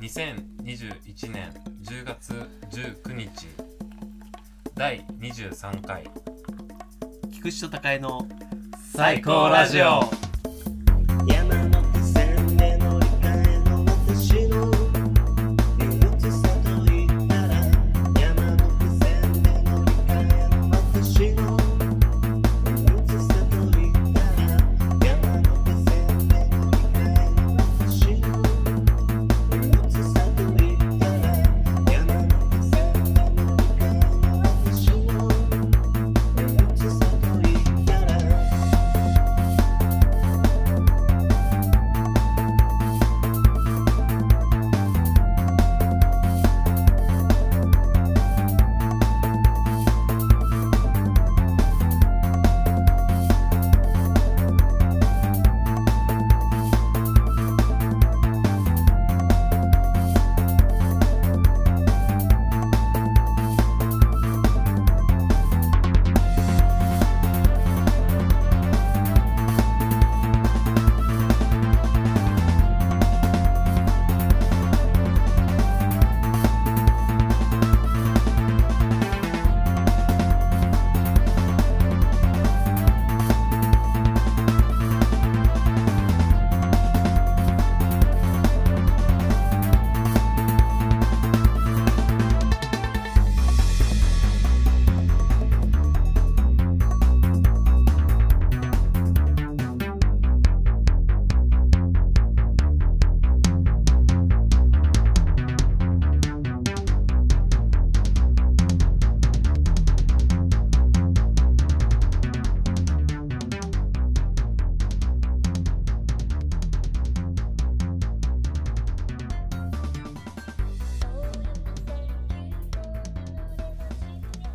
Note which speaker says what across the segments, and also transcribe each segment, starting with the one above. Speaker 1: 2021年10月19日第23回
Speaker 2: 菊池と高江の
Speaker 1: 最高ラジオ
Speaker 3: 山手線で乗り換えの私の憂鬱さと言ったら山手線で乗り換えの私の憂鬱さと言ったら山手線で乗り換えの私の憂鬱さと言ったら山手線で乗り換えの私の憂鬱さと言ったら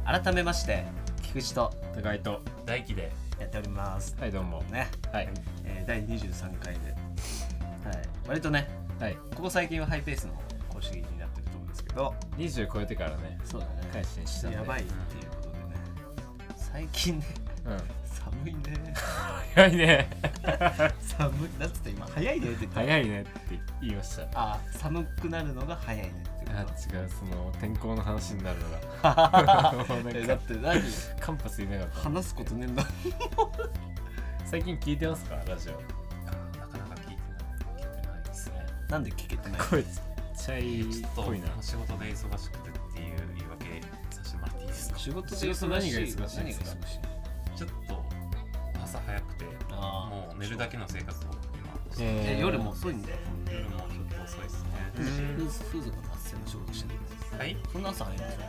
Speaker 2: 改めまして菊池と
Speaker 4: 高井と
Speaker 1: 大輝で
Speaker 2: やっております
Speaker 4: はいどうも
Speaker 2: ね、
Speaker 4: はい
Speaker 2: えー、第23回で、はい、割とね
Speaker 4: はい
Speaker 2: ここ最近はハイペースの公式になってると思うんですけど
Speaker 4: 20超えてからね
Speaker 2: そうだ
Speaker 4: 改心したんで
Speaker 2: やばいっていうことでね最近ね
Speaker 4: うん
Speaker 2: 寒いね
Speaker 4: 早いね
Speaker 2: 寒いだっつって今早いねって言った
Speaker 4: 早いねって言いました
Speaker 2: あー寒くなるのが早いねって
Speaker 4: あ
Speaker 2: こ
Speaker 4: 違うその天候の話にな るのがもう
Speaker 2: と
Speaker 4: な
Speaker 2: え
Speaker 4: ん
Speaker 2: だ
Speaker 4: か
Speaker 2: って何
Speaker 4: カンパスいなかった
Speaker 2: 話すことねえんだ
Speaker 4: 最近聞いてますかラジオ
Speaker 1: なかなか聞いてない聞いてないですね
Speaker 2: なんで聞けてない
Speaker 4: 声ちっちゃいっ
Speaker 1: ちょっと
Speaker 4: ぽいな
Speaker 1: 仕事で忙しくてっていう言い訳させてもらっていいですか
Speaker 2: 仕事
Speaker 4: 仕
Speaker 2: で
Speaker 4: 事
Speaker 2: 忙し
Speaker 4: 何
Speaker 2: い
Speaker 4: が忙しいんですか
Speaker 2: 何が忙しい
Speaker 1: ちょっと朝早くて
Speaker 2: あ
Speaker 1: もう寝るだけの生活を今
Speaker 2: ー
Speaker 4: え
Speaker 2: え夜も遅いんだよ
Speaker 1: 夜もちょっと遅いです
Speaker 2: 風
Speaker 1: ね
Speaker 4: うん
Speaker 2: 風俗の発生の仕事してるんです
Speaker 1: はい
Speaker 2: そんな朝早いんですよ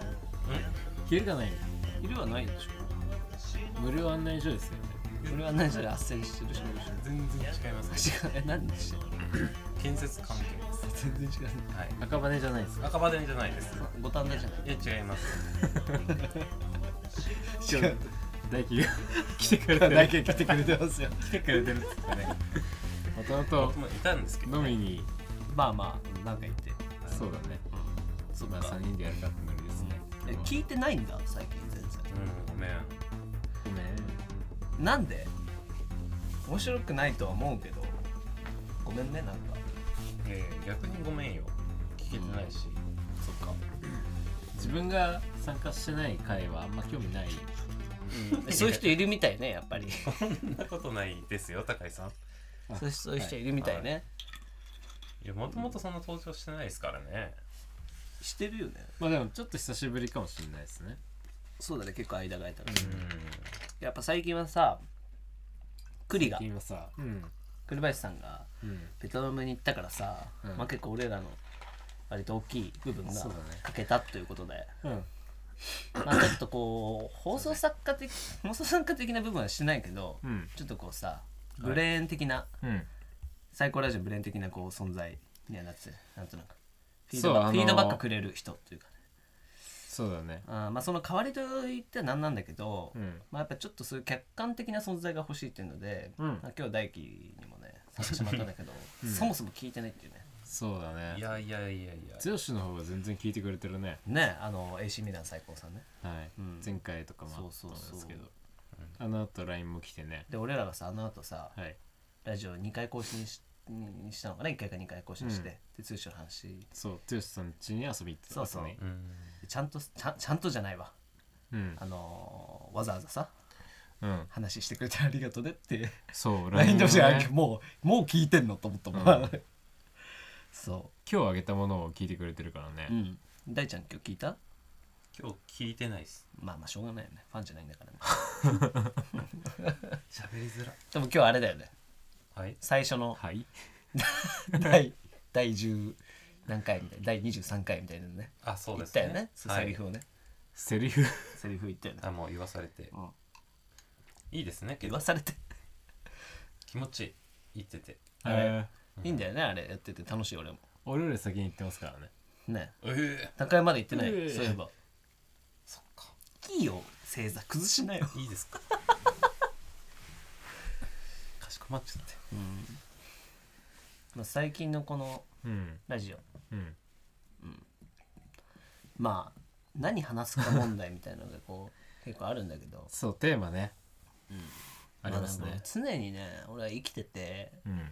Speaker 4: 昼がない
Speaker 2: 昼はないでしょ
Speaker 4: 無料案内所ですよね
Speaker 2: 俺は何それ発生してる仕事
Speaker 1: 全然違いますね
Speaker 2: してる違うえ何してる
Speaker 1: 建設関係です
Speaker 2: 全然違う
Speaker 1: はい
Speaker 4: 赤羽じゃないですか
Speaker 1: 赤羽店じゃないです
Speaker 2: 五反田じゃない
Speaker 1: いや違います
Speaker 2: 違う
Speaker 4: 大輝が来てくれて
Speaker 2: 大輝来てくれてますよ
Speaker 4: 来てくれてるっつってねもともと
Speaker 1: 僕もいたんですけど
Speaker 4: 飲みに
Speaker 2: まあまあなんか言って
Speaker 4: そうだね
Speaker 2: そ
Speaker 4: まあ3人でやるかってノリですね
Speaker 2: え聞いてないんだ最近全然
Speaker 1: うんごめん
Speaker 4: ごめん
Speaker 2: なんで面白くないとは思うけどごめんねなんか
Speaker 1: えー逆にごめんよ聞けてないし
Speaker 2: そっか
Speaker 4: 自分が参加してない会はあんま興味ない
Speaker 2: そういう人いるみたいねやっぱり
Speaker 1: そんなことないですよ高井さんい
Speaker 2: そういうそういう人いるみたいね
Speaker 1: やもともとそんな登場してないですからね
Speaker 2: してるよね
Speaker 4: まあでもちょっと久しぶりかもしれないですね
Speaker 2: そうだね結構間が空いたから
Speaker 1: うん
Speaker 2: やっぱ最近はさ栗が
Speaker 4: 今さうん
Speaker 2: 栗林さんが
Speaker 4: うん
Speaker 2: ベトナムに行ったからさ、
Speaker 4: うん
Speaker 2: まあ結構俺らの割と大きい部分が
Speaker 4: そうだね
Speaker 2: 欠けたということ で、
Speaker 4: うん
Speaker 2: まあちょっとこう放送作家的放送作家的な部分はしてないけど、
Speaker 4: うん
Speaker 2: ちょっとこうさブレーン的な、
Speaker 4: うん
Speaker 2: 最高ラジオブレーン的なこう存在にはなってるなんとなくフィード
Speaker 4: そう
Speaker 2: バック
Speaker 4: あのー
Speaker 2: フィードバックくれる人というかね
Speaker 4: そうだね
Speaker 2: あーまあその代わりといっては何なんだけど、
Speaker 4: うん
Speaker 2: まあやっぱちょっとそういう客観的な存在が欲しいっていうので、
Speaker 4: うん
Speaker 2: まあ今日大輝にもねさせてしまったんだけ ど、そもそも聞いてないっていうね
Speaker 4: そうだ
Speaker 1: い
Speaker 4: ね
Speaker 1: やいやいやいや
Speaker 4: 剛の方が全然聞いてくれてるね
Speaker 2: ねあの AC ミラン最高さんね
Speaker 4: はい
Speaker 2: うん
Speaker 4: 前回とかもあった
Speaker 2: そ
Speaker 4: ん
Speaker 2: う
Speaker 4: で
Speaker 2: そうそう
Speaker 4: すけどあの後 LINE も来てね
Speaker 2: で俺らがさあの後さ
Speaker 4: はい
Speaker 2: ラジオ2回更新しにしたのかな1回か2回更新して、で通称の話
Speaker 4: そう剛さん家に遊び行ってたんですよね
Speaker 1: うん
Speaker 2: でちゃんとちゃんちゃんとじゃないわ
Speaker 4: うん
Speaker 2: あのーわざわざさ
Speaker 4: うん
Speaker 2: 話してくれてありがとうねって
Speaker 4: そ う
Speaker 2: LINE でもし
Speaker 4: ね
Speaker 2: もうもう聞いてんのと思ったもん、
Speaker 4: うん
Speaker 2: そ
Speaker 4: 今日あげたものを聞いてくれてるからね
Speaker 2: う、うん、大ちゃん今日聞いた
Speaker 1: 今日聞いてないっす
Speaker 2: まあまあしょうがないよねファンじゃないんだからね
Speaker 1: 喋りづら
Speaker 2: でも今日あれだよね
Speaker 1: はい
Speaker 2: 最初 の
Speaker 4: はい
Speaker 2: 第第10何回みたいな第23回みたいなのね
Speaker 1: あそうで
Speaker 2: 言っ
Speaker 1: す
Speaker 2: たよねそう
Speaker 1: は
Speaker 2: セリ
Speaker 1: い
Speaker 2: フをね、
Speaker 4: セリフ
Speaker 2: セリフ言ったよね、
Speaker 1: あもう言わされて
Speaker 2: うん、
Speaker 1: いいですねけ
Speaker 2: 言
Speaker 1: ど
Speaker 2: わされて
Speaker 1: 気持ちいい言ってて
Speaker 2: あれ
Speaker 4: えー
Speaker 2: いいんだよねあれやってて楽しい俺も
Speaker 4: 俺より先に行ってますからね
Speaker 2: ね
Speaker 1: ええ
Speaker 2: 高山まで行ってない、
Speaker 4: ええ
Speaker 2: そういえば
Speaker 1: そっか
Speaker 2: いいよ星座崩しなよ、
Speaker 1: いいです かかしこまっちゃって
Speaker 2: まあ、最近のこの
Speaker 4: うん
Speaker 2: ラジオ
Speaker 4: うん
Speaker 2: まあ何話すか問題みたいなのがこう 結構あるんだけど
Speaker 4: そうテーマね、あります
Speaker 2: あなん
Speaker 4: ね
Speaker 2: か常にね俺は生きてて
Speaker 4: うん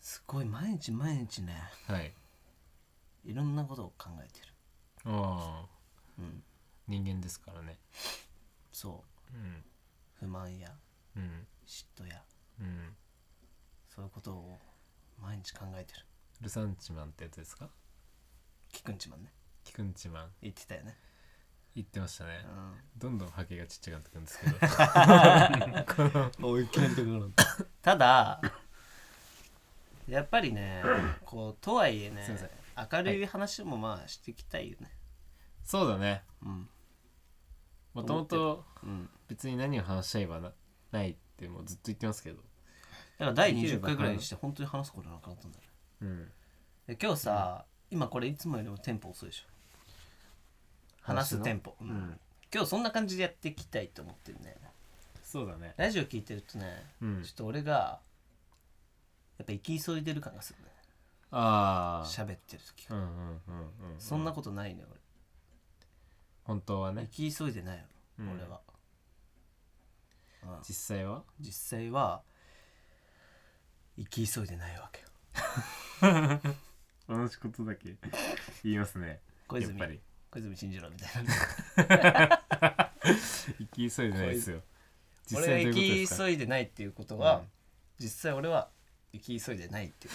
Speaker 2: すごい毎日毎日ね
Speaker 4: はい
Speaker 2: いろんなことを考えてる
Speaker 4: ああ
Speaker 2: うん
Speaker 4: 人間ですからね
Speaker 2: そ
Speaker 4: うん
Speaker 2: う不満や
Speaker 4: うん
Speaker 2: 嫉妬や
Speaker 4: うん
Speaker 2: そういうことを毎日考えてる
Speaker 4: ルサンチマンってやつですか
Speaker 2: キくんちまんね
Speaker 4: キクンチマン
Speaker 2: 言ってたよね
Speaker 4: 言ってましたね
Speaker 2: う
Speaker 4: どんどんハケがちっちゃくなってくる んですけど
Speaker 2: んおいきなりところ ただやっぱりねこうとはいえね
Speaker 4: すいませ
Speaker 2: 明
Speaker 4: ん
Speaker 2: るい話もまあしていきたいよね、
Speaker 4: そうだね
Speaker 2: うん
Speaker 4: もともと
Speaker 2: うん
Speaker 4: 別に何を話し合えばなないってもうずっと言ってますけど
Speaker 2: だから第20回ぐらいにして本当に話すことなくなったんだよね
Speaker 4: うん
Speaker 2: で今日さ、今これいつもよりもテンポ遅いでしょ話すテンポ、うん
Speaker 4: ん
Speaker 2: 今日そんな感じでやっていきたいと思ってるね
Speaker 4: そうだね
Speaker 2: ラジオ聞いてるとね、
Speaker 4: うん
Speaker 2: ちょっと俺がやっぱ行き急いでる感がするね
Speaker 4: ああ
Speaker 2: 喋ってる時
Speaker 4: う
Speaker 2: が、
Speaker 4: んうんうんうん
Speaker 2: そんなことないね
Speaker 4: 本当は
Speaker 2: 俺
Speaker 4: ね
Speaker 2: 行き急いでないよ、
Speaker 4: うん
Speaker 2: 俺は、うん
Speaker 4: 実際は
Speaker 2: 実際は行き急いでないわけよ
Speaker 4: 同じことだけ言いますね
Speaker 2: 小泉
Speaker 4: やっぱり
Speaker 2: 小泉進次郎みたいな
Speaker 4: 行き急いでないですよ 実
Speaker 2: 俺
Speaker 4: 際
Speaker 2: が
Speaker 4: ど
Speaker 2: 行き
Speaker 4: ういうことですか
Speaker 2: 急いでないっていうことは、
Speaker 4: うん
Speaker 2: 実際俺は行き急いでないっていう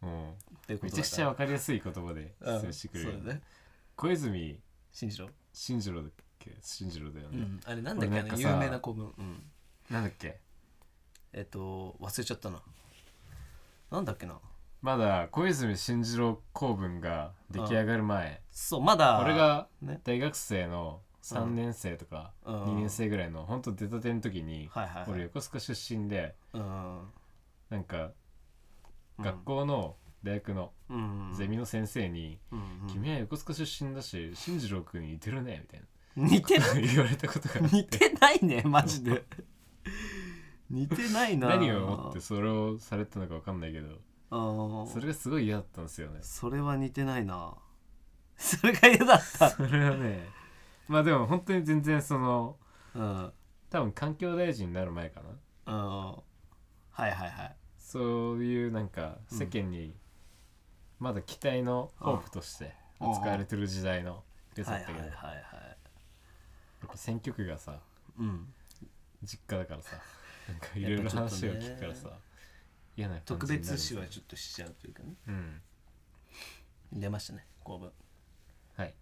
Speaker 2: こ
Speaker 4: うん
Speaker 2: とっていうこ
Speaker 4: め
Speaker 2: とだか
Speaker 4: ちゃくちゃ
Speaker 2: ら
Speaker 4: わかりやすい言葉で
Speaker 2: うん
Speaker 4: 説明してくれる、
Speaker 2: そうだね
Speaker 4: 小泉
Speaker 2: 進次郎、
Speaker 4: 進次郎だっけ進次郎だよ
Speaker 2: う
Speaker 4: ね、
Speaker 2: ん、あれなんだっけ
Speaker 4: 俺
Speaker 2: あ
Speaker 4: なんか
Speaker 2: の
Speaker 4: さ
Speaker 2: 有名な古文、うん、
Speaker 4: なんだっけ
Speaker 2: えっと忘れちゃったななんだっけな
Speaker 4: まだ小泉進次郎公文が出来上がる前
Speaker 2: そうまだ
Speaker 4: 俺が
Speaker 2: ね
Speaker 4: 大学生の3年生とか
Speaker 2: うん
Speaker 4: 2年生ぐらいのほんと出たての時に
Speaker 2: はいはいはい
Speaker 4: 俺横須賀出身で
Speaker 2: うん
Speaker 4: なんか
Speaker 2: うん
Speaker 4: 学校の大学の
Speaker 2: うん
Speaker 4: ゼミの先生に
Speaker 2: うん
Speaker 4: 「君は横須賀出身だし進次郎君に似てるね」みたいな
Speaker 2: うん似て
Speaker 4: 言われたことがあっ
Speaker 2: 似
Speaker 4: て
Speaker 2: てないねマジで似てないな
Speaker 4: 何を思ってそれをされたのか分かんないけど
Speaker 2: あー
Speaker 4: それがすごい嫌だったんですよね
Speaker 2: それは似てないなそれが嫌だった
Speaker 4: それはね まあでも本当に全然その
Speaker 2: うん
Speaker 4: 多分環境大臣になる前かな
Speaker 2: うんはいはいはい
Speaker 4: そういうなんか世間にまだ期待のホープとして扱われてる時代の良さ
Speaker 2: は
Speaker 4: だ
Speaker 2: い
Speaker 4: っ
Speaker 2: は
Speaker 4: たけ
Speaker 2: い
Speaker 4: ど
Speaker 2: はい
Speaker 4: や
Speaker 2: はい
Speaker 4: っぱ選挙区がさ
Speaker 2: うん
Speaker 4: 実家だからさなんかいろいろ話を聞くからさ嫌な感
Speaker 2: 特
Speaker 4: じになる
Speaker 2: 別視はちょっとしちゃうというかね
Speaker 4: うん
Speaker 2: 出ましたね公文
Speaker 4: はい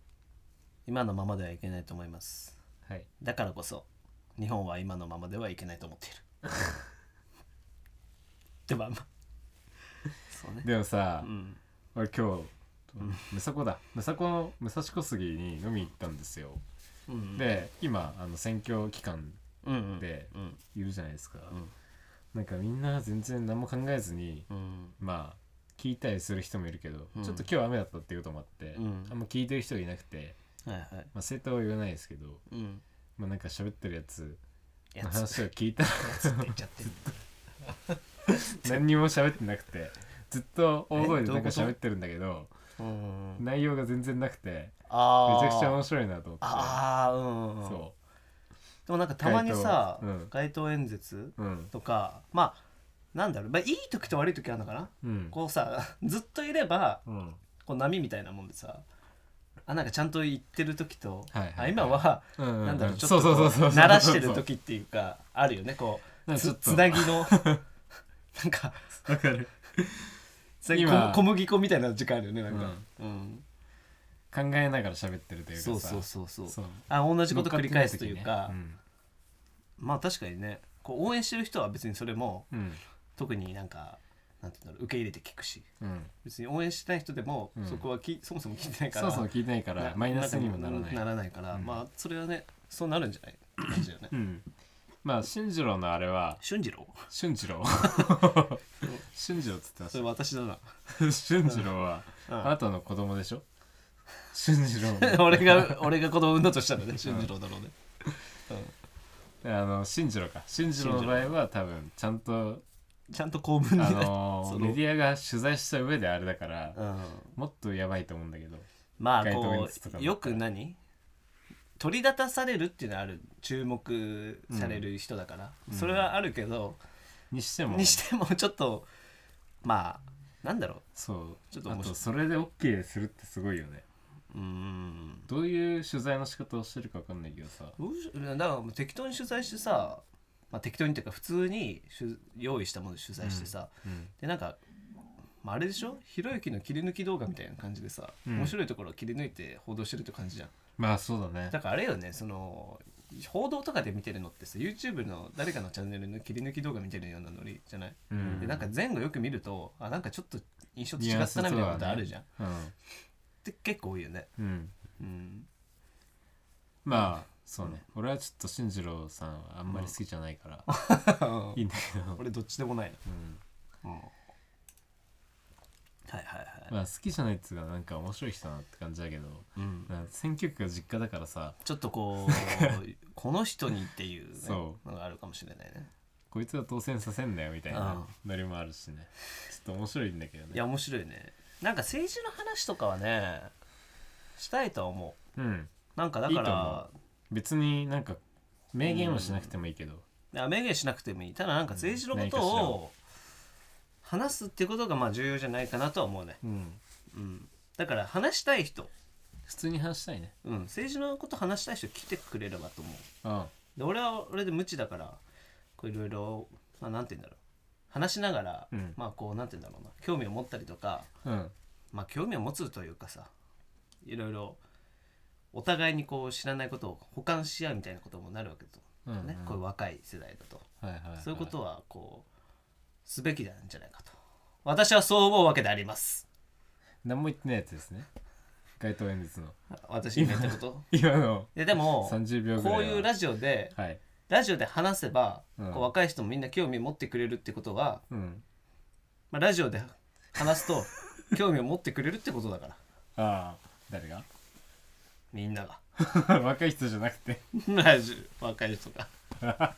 Speaker 2: 今のままではいけないと思います
Speaker 4: はい
Speaker 2: だからこそ日本は今のままではいけないと思ってい るでもまあそうね
Speaker 4: でもさ
Speaker 2: うん
Speaker 4: 俺今日ムサコだムサコの武蔵小杉に飲み行ったんですよ
Speaker 2: うん
Speaker 4: で今あの選挙期間
Speaker 2: うんうん
Speaker 4: で
Speaker 2: うん
Speaker 4: いるじゃないですか
Speaker 2: ん
Speaker 4: なんかみんな全然何も考えずに
Speaker 2: うん
Speaker 4: まあ聞いたりする人もいるけど、
Speaker 2: うん
Speaker 4: ちょっと今日雨だったっていうこともあって、
Speaker 2: うん
Speaker 4: あんま聞いてる人がいなくて、
Speaker 2: はいはい
Speaker 4: まあ、正当は言わないですけど、
Speaker 2: うん
Speaker 4: まあ、なんか喋ってるやつ
Speaker 2: や
Speaker 4: の
Speaker 2: つ
Speaker 4: 話を聞 いたら
Speaker 2: って言っちゃってる
Speaker 4: 何にも喋ってなくてずっと大
Speaker 2: え
Speaker 4: 声で
Speaker 2: どうう
Speaker 4: ない
Speaker 2: んこ
Speaker 4: か
Speaker 2: と
Speaker 4: 喋ってるんだけど
Speaker 2: うんうん
Speaker 4: 内容が全然なくてめ
Speaker 2: あ
Speaker 4: ちゃくち
Speaker 2: 面白
Speaker 4: ゃ面
Speaker 2: い
Speaker 4: 白いなと思って
Speaker 2: ああうんうんうん
Speaker 4: そ
Speaker 2: でもなんかたまにさ
Speaker 4: 街頭うん
Speaker 2: 街頭演説
Speaker 4: ううん
Speaker 2: とかまあなんだろう、まあ、いい時と悪い時あるのかな
Speaker 4: うん
Speaker 2: こうさずっといれば
Speaker 4: うん
Speaker 2: こう波みたいなもんでさあなんかちゃんと行ってる時と、
Speaker 4: はいはいはい
Speaker 2: あ今は、
Speaker 4: うん
Speaker 2: なんだろうちょっ
Speaker 4: そ
Speaker 2: と
Speaker 4: うそうそうそ
Speaker 2: こ
Speaker 4: う
Speaker 2: う慣らしてる時っていうかあるよねこ
Speaker 4: なん
Speaker 2: う
Speaker 4: かちょ
Speaker 2: つ
Speaker 4: っと
Speaker 2: つなぎの なんか
Speaker 4: わかる
Speaker 2: つなぎ
Speaker 4: 今
Speaker 2: 小小麦粉みたいな時間あるよねなんか、うん
Speaker 4: 考えながら喋ってるというかさ
Speaker 2: そうそうそうそう
Speaker 4: そう
Speaker 2: あ同じこと繰り返すという
Speaker 4: 乗っ
Speaker 2: か
Speaker 4: ってない時ね
Speaker 2: まあ確かにねこう応援してる人は別にそれも
Speaker 4: うん
Speaker 2: 特になんかなんていうんだろう受け入れて聞くし
Speaker 4: うんうん
Speaker 2: 別に応援してない人でも、
Speaker 4: うん
Speaker 2: そこはきそもそも聞いてないか
Speaker 4: そ
Speaker 2: ら
Speaker 4: もそも聞いてないか
Speaker 2: な
Speaker 4: らマイナスにもなら
Speaker 2: うんな
Speaker 4: ない
Speaker 2: らないから、
Speaker 4: うん
Speaker 2: まあそれはねそうなるんじゃないって感じ だよね
Speaker 4: うんまあ俊次郎のあれは
Speaker 2: 俊次郎
Speaker 4: 俊 次郎俊次郎っつってま
Speaker 2: そ
Speaker 4: し
Speaker 2: れ私だな、
Speaker 4: た俊次郎は
Speaker 2: う
Speaker 4: あ
Speaker 2: ん
Speaker 4: なたの子供でしょ俊次郎 の
Speaker 2: 俺が俺が子供産んだとしたらね俊次郎だろうね、
Speaker 4: あの進次郎か進次郎の場合は多分ちゃんと
Speaker 2: ちゃんと公
Speaker 4: あ
Speaker 2: 文にね、
Speaker 4: のー
Speaker 2: その
Speaker 4: メディアが取材した上であれだか ら
Speaker 2: うん、
Speaker 4: もっとやばいと思うんだけど
Speaker 2: まあ
Speaker 4: 街頭演
Speaker 2: こ
Speaker 4: 説とか
Speaker 2: う
Speaker 4: も
Speaker 2: よく何取り立たされるっていうのはある注目される人だから、
Speaker 4: うん
Speaker 2: それはあるけど、
Speaker 4: にしても
Speaker 2: にしてもちょっとまあなんだろ
Speaker 4: そう
Speaker 2: ちょっと
Speaker 4: あ
Speaker 2: 面白い
Speaker 4: とそれで OK するってすごいよね
Speaker 2: ううーん
Speaker 4: どういう取材の仕方をしてるか分かんないけどさ
Speaker 2: どうしだからもう適当に取材してさ、まあ、適当にっていうか普通にしゅ用意したものを取材してさ、
Speaker 4: うん
Speaker 2: でなんか、まあ、あれでしょひろゆきの切り抜き動画みたいな感じでさ、
Speaker 4: うん
Speaker 2: 面白いところを切り抜いて報道してるって感じじゃん
Speaker 4: まあそうだね
Speaker 2: だからあれよねその報道とかで見てるのってさ YouTube の誰かのチャンネルの切り抜き動画見てるようなノリじゃない、
Speaker 4: うん
Speaker 2: でなんか前後よく見るとあなんかちょっと印象と
Speaker 4: ニ
Speaker 2: 違
Speaker 4: ュアン
Speaker 2: っ
Speaker 4: ス
Speaker 2: た
Speaker 4: と
Speaker 2: な
Speaker 4: は
Speaker 2: み
Speaker 4: ね
Speaker 2: たいなことあるじゃん、
Speaker 4: うん
Speaker 2: って結構多いよね
Speaker 4: うん
Speaker 2: うん
Speaker 4: まあそうね俺はちょっと進次郎さんはあんまり好きじゃないからいいんだけど
Speaker 2: 俺どっちでもないな
Speaker 4: うん
Speaker 2: はいはいはい、
Speaker 4: まあ好きじゃないっつうかなんか面白い人だなって感じだけど
Speaker 2: うん、
Speaker 4: なんか選挙区が実家だからさ
Speaker 2: ちょっとこ うこの人にっていう,、ね、
Speaker 4: そ
Speaker 2: のがあるかもしれないね
Speaker 4: こいつは当選させんなよみたい
Speaker 2: うん
Speaker 4: なノリもあるしねちょっと面白いんだけど
Speaker 2: い
Speaker 4: ね
Speaker 2: や面白いねなんか政治の話とかはねしたいとは思う
Speaker 4: うん
Speaker 2: なんかだから
Speaker 4: いいと思別になんか明言はしなくてもいいけど
Speaker 2: あ明言しなくてもいいただなんか政治のこと
Speaker 4: うん何
Speaker 2: を話すってことがまあ重要じゃないかなとは思うね、
Speaker 4: うん
Speaker 2: うん、だから話したい人、
Speaker 4: 普通に話したいね
Speaker 2: うん、政治のこと話したい人来てくれればと思う
Speaker 4: うん
Speaker 2: で俺は俺で無知だからこういろいろまあなんて言うんだろう話しながら、
Speaker 4: うん
Speaker 2: まあこうなんて言うんだろうな興味を持ったりとか
Speaker 4: うん
Speaker 2: まあ興味を持つというかさいろいろお互いにこう知らないことを補完し合うみたいなこともなるわけだと、
Speaker 4: うんうん
Speaker 2: ねこういう若い世代だと、
Speaker 4: はいはいは
Speaker 2: そういうことはこうすべきなんじゃないかと私はそう思うわけであります
Speaker 4: 何も言ってないやつですね街頭演説の
Speaker 2: 私に言った こと
Speaker 4: 今の
Speaker 2: ででも
Speaker 4: 30秒ぐらい
Speaker 2: こ
Speaker 4: は
Speaker 2: ういうラジオで
Speaker 4: はい
Speaker 2: ラジオで話せば、
Speaker 4: うん
Speaker 2: こう若い人もみんな興味持ってくれるってことは
Speaker 4: うん
Speaker 2: まあ、ラジオで話す と興味を持ってくれるってことだから
Speaker 4: ああ誰が
Speaker 2: みんなが
Speaker 4: 若い人じゃなくて
Speaker 2: ラジオ若い人が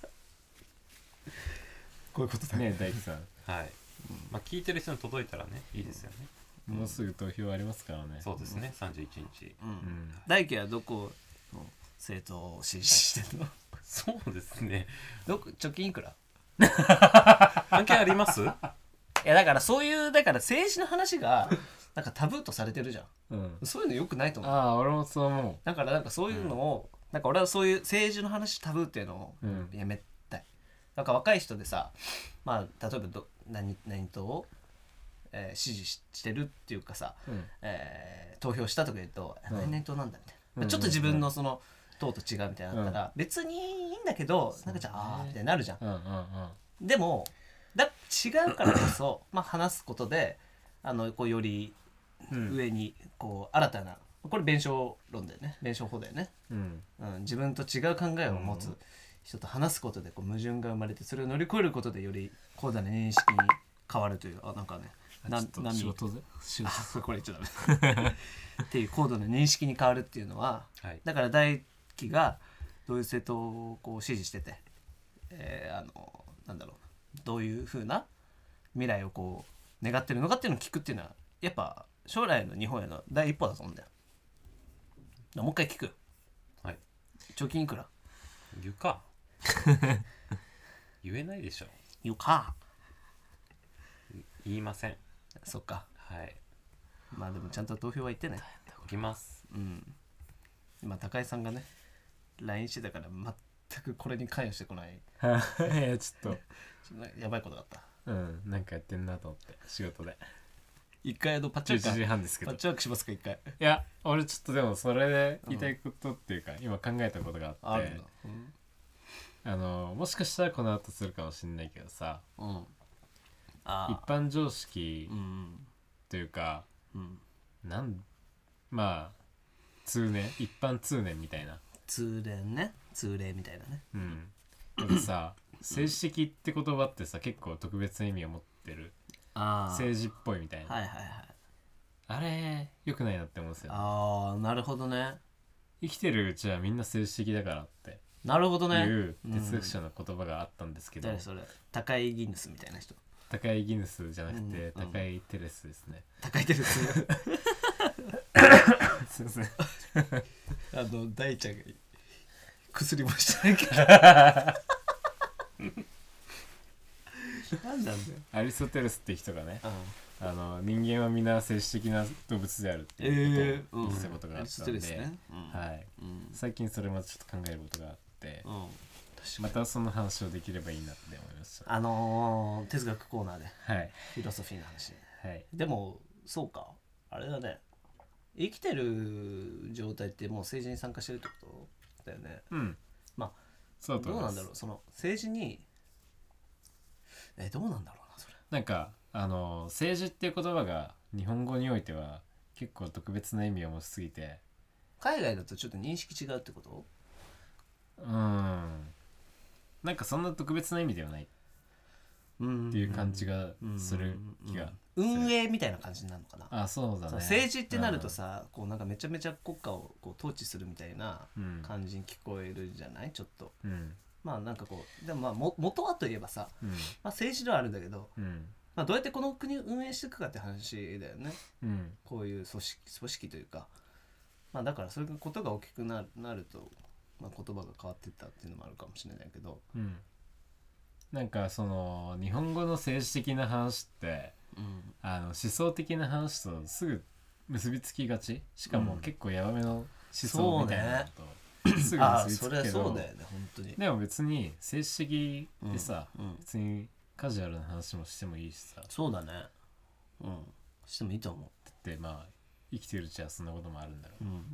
Speaker 4: こういうことだね大輝さん
Speaker 1: はい、まあ、聞いてる人に届いたらねいいですよね、
Speaker 4: もうすぐ投票ありますからね
Speaker 1: そうですね31日
Speaker 4: うん
Speaker 2: 大輝はどこの政党を支持してんの
Speaker 1: そうですね
Speaker 2: どこ貯金いくら
Speaker 1: 関係あります
Speaker 2: いやだからそういうだから政治の話 がなんかタブーとされてるじゃん
Speaker 4: うん
Speaker 2: そういうのよくないと思う
Speaker 4: ああ俺もそう思
Speaker 2: だからなんかそういうのを、なんか俺はそういう政治の話タブーっていうのを
Speaker 4: うん
Speaker 2: やめたい、なんか若い人でさまあ例えばど何何党を、えー支持ししてるっていうかさ、
Speaker 4: ううん
Speaker 2: えー投票したとか言うと「
Speaker 4: うん
Speaker 2: 何々党なんだ」みたいな、
Speaker 4: うん
Speaker 2: ちょっと自分のその党と違うみたいになったら、別にいいんだけどなんかじゃああーってなるじゃん
Speaker 4: うんうんうん
Speaker 2: でもだ違うからこそ まあ話すことであのこうより
Speaker 4: うん
Speaker 2: 上にこう新たなこれ弁証論だよね弁証法だよね、
Speaker 4: うん
Speaker 2: うん、自分と違う考えを持つ人と話すことでこう矛盾が生まれてそれを乗り越えることでより高度な認識に変わるというあなんかねな
Speaker 4: ちょっと
Speaker 2: 波
Speaker 4: 仕事で仕事
Speaker 2: あ これ言っちゃダメっていう高度な認識に変わるっていうのは
Speaker 1: はい
Speaker 2: だから大輝がどういう政党をこう支持してて、えーあのなんだろうどういうふうな未来をこう願ってるのかっていうのを聞くっていうのはやっぱ将来の日本への第一歩だと思うんだよ。だからもう一回聞く
Speaker 1: はい
Speaker 2: 貯金いくら
Speaker 1: 言うか言えないでしょ
Speaker 2: 言うか
Speaker 1: 言いません
Speaker 2: そっか
Speaker 1: はい
Speaker 2: まあでもちゃんと投票は行ってね
Speaker 1: 書きます
Speaker 2: うん今高井さんがね LINE してたから全くこれに関与してこない
Speaker 4: いやちょっ
Speaker 2: ちょっとやばいことがあった
Speaker 4: とうんなんかやってんなと思って仕事で
Speaker 2: 一回あのパッチワ
Speaker 4: 11
Speaker 2: ー
Speaker 4: 時
Speaker 2: ク
Speaker 4: 半ですけ
Speaker 2: パ
Speaker 4: ど
Speaker 2: ッ
Speaker 4: い
Speaker 2: チワークしますか一回
Speaker 4: や俺ちょっとでもそれで言いたいことっていうか、今考えたことがあ
Speaker 2: あ
Speaker 4: って
Speaker 2: るんだうん
Speaker 4: あのもしかしたらこの後するかもしんないけどさ
Speaker 2: うん
Speaker 4: 一
Speaker 2: ああ
Speaker 4: 般常識
Speaker 2: うん
Speaker 4: というか、
Speaker 2: うん
Speaker 4: なんまあ通年一般通年みたいな
Speaker 2: 通連ね通例みたいなね
Speaker 4: うんだってさ政治的って言葉ってさ結構特別な意味を持ってる
Speaker 2: あ
Speaker 4: 政治っぽいみたいな、
Speaker 2: はいはいはい
Speaker 4: あれ良くないなって思うんですよ
Speaker 2: ああなるほどね
Speaker 4: 生きてるうちはみんな政治的だからって
Speaker 2: なるほどね
Speaker 4: いう
Speaker 2: うん
Speaker 4: 哲学者の言葉があったんですけど、
Speaker 2: 誰それ高井ギヌスみたいな人
Speaker 4: 高いギヌスじゃなくて、
Speaker 2: うんうん
Speaker 4: 高いテレスですね、
Speaker 2: 高井テルス
Speaker 4: すいません
Speaker 2: あの大ちゃんが薬もしてないけど何なんだよ、
Speaker 4: アリストテレスって人がね
Speaker 2: うん、
Speaker 4: あの人間は皆政治的な動物であるってい
Speaker 2: え
Speaker 4: う
Speaker 2: え
Speaker 4: ことを言ってたことがあったんで、
Speaker 2: ねうん
Speaker 4: はい、
Speaker 2: うん
Speaker 4: 最近それまでちょっと考えることがあって、
Speaker 2: うん
Speaker 4: またその話をできればいいなって思いました
Speaker 2: あのー哲学コーナーで
Speaker 4: はい
Speaker 2: フィロソフィーの話
Speaker 4: はい
Speaker 2: でもそうかあれだね生きてる状態ってもう政治に参加してるってことだよね
Speaker 4: うん
Speaker 2: まあ
Speaker 4: そうだと
Speaker 2: ど
Speaker 4: 思
Speaker 2: うなん
Speaker 4: います
Speaker 2: だろうその政治にえどうなんだろうなそれ
Speaker 4: なんかあの政治っていう言葉が日本語においては結構特別な意味を持ちすぎて
Speaker 2: 海外だとちょっと認識違うってこと
Speaker 4: うんなんかそんな特別な意味ではない
Speaker 2: っ
Speaker 4: っていう感じがする気が
Speaker 2: 運営みたいな感じになるのかな
Speaker 4: あそうだ
Speaker 2: その
Speaker 4: ね
Speaker 2: 政治ってなるとさこうなんかめちゃめちゃ国家をこう統治するみたいな
Speaker 4: うん
Speaker 2: 感じに聞こえるじゃないちょっと
Speaker 4: うん
Speaker 2: まあなんかこうでもまあも元はといえばさ、
Speaker 4: うん
Speaker 2: まあ、政治ではあるんだけど、
Speaker 4: うん
Speaker 2: まあ、どうやってこの国を運営していくかって話だよね
Speaker 4: うん
Speaker 2: こういう組織組織というか、まあ、だからそれがことが大きくなるなると、まあ、言葉が変わってったっていうのもあるかもしれないけど、
Speaker 4: うんなんかその日本語の政治的な話って
Speaker 2: うん、
Speaker 4: あの思想的な話とすぐ結びつきがちしか
Speaker 2: う
Speaker 4: も
Speaker 2: ん
Speaker 4: 結構やばめの思想みたいなのとすぐ
Speaker 2: ああ
Speaker 4: 結び
Speaker 2: そ
Speaker 4: つ
Speaker 2: れは
Speaker 4: くけ
Speaker 2: そ
Speaker 4: ど
Speaker 2: うだよね本当に
Speaker 4: でも別に政治的でさ、
Speaker 2: うんうん
Speaker 4: 別にカジュアルな話もしてもいいしさだ
Speaker 2: そうだねうんしてもいいと思
Speaker 4: ってまあ生きてるうちはそんなこともあるんだろ
Speaker 2: う、うん、
Speaker 4: う、
Speaker 2: て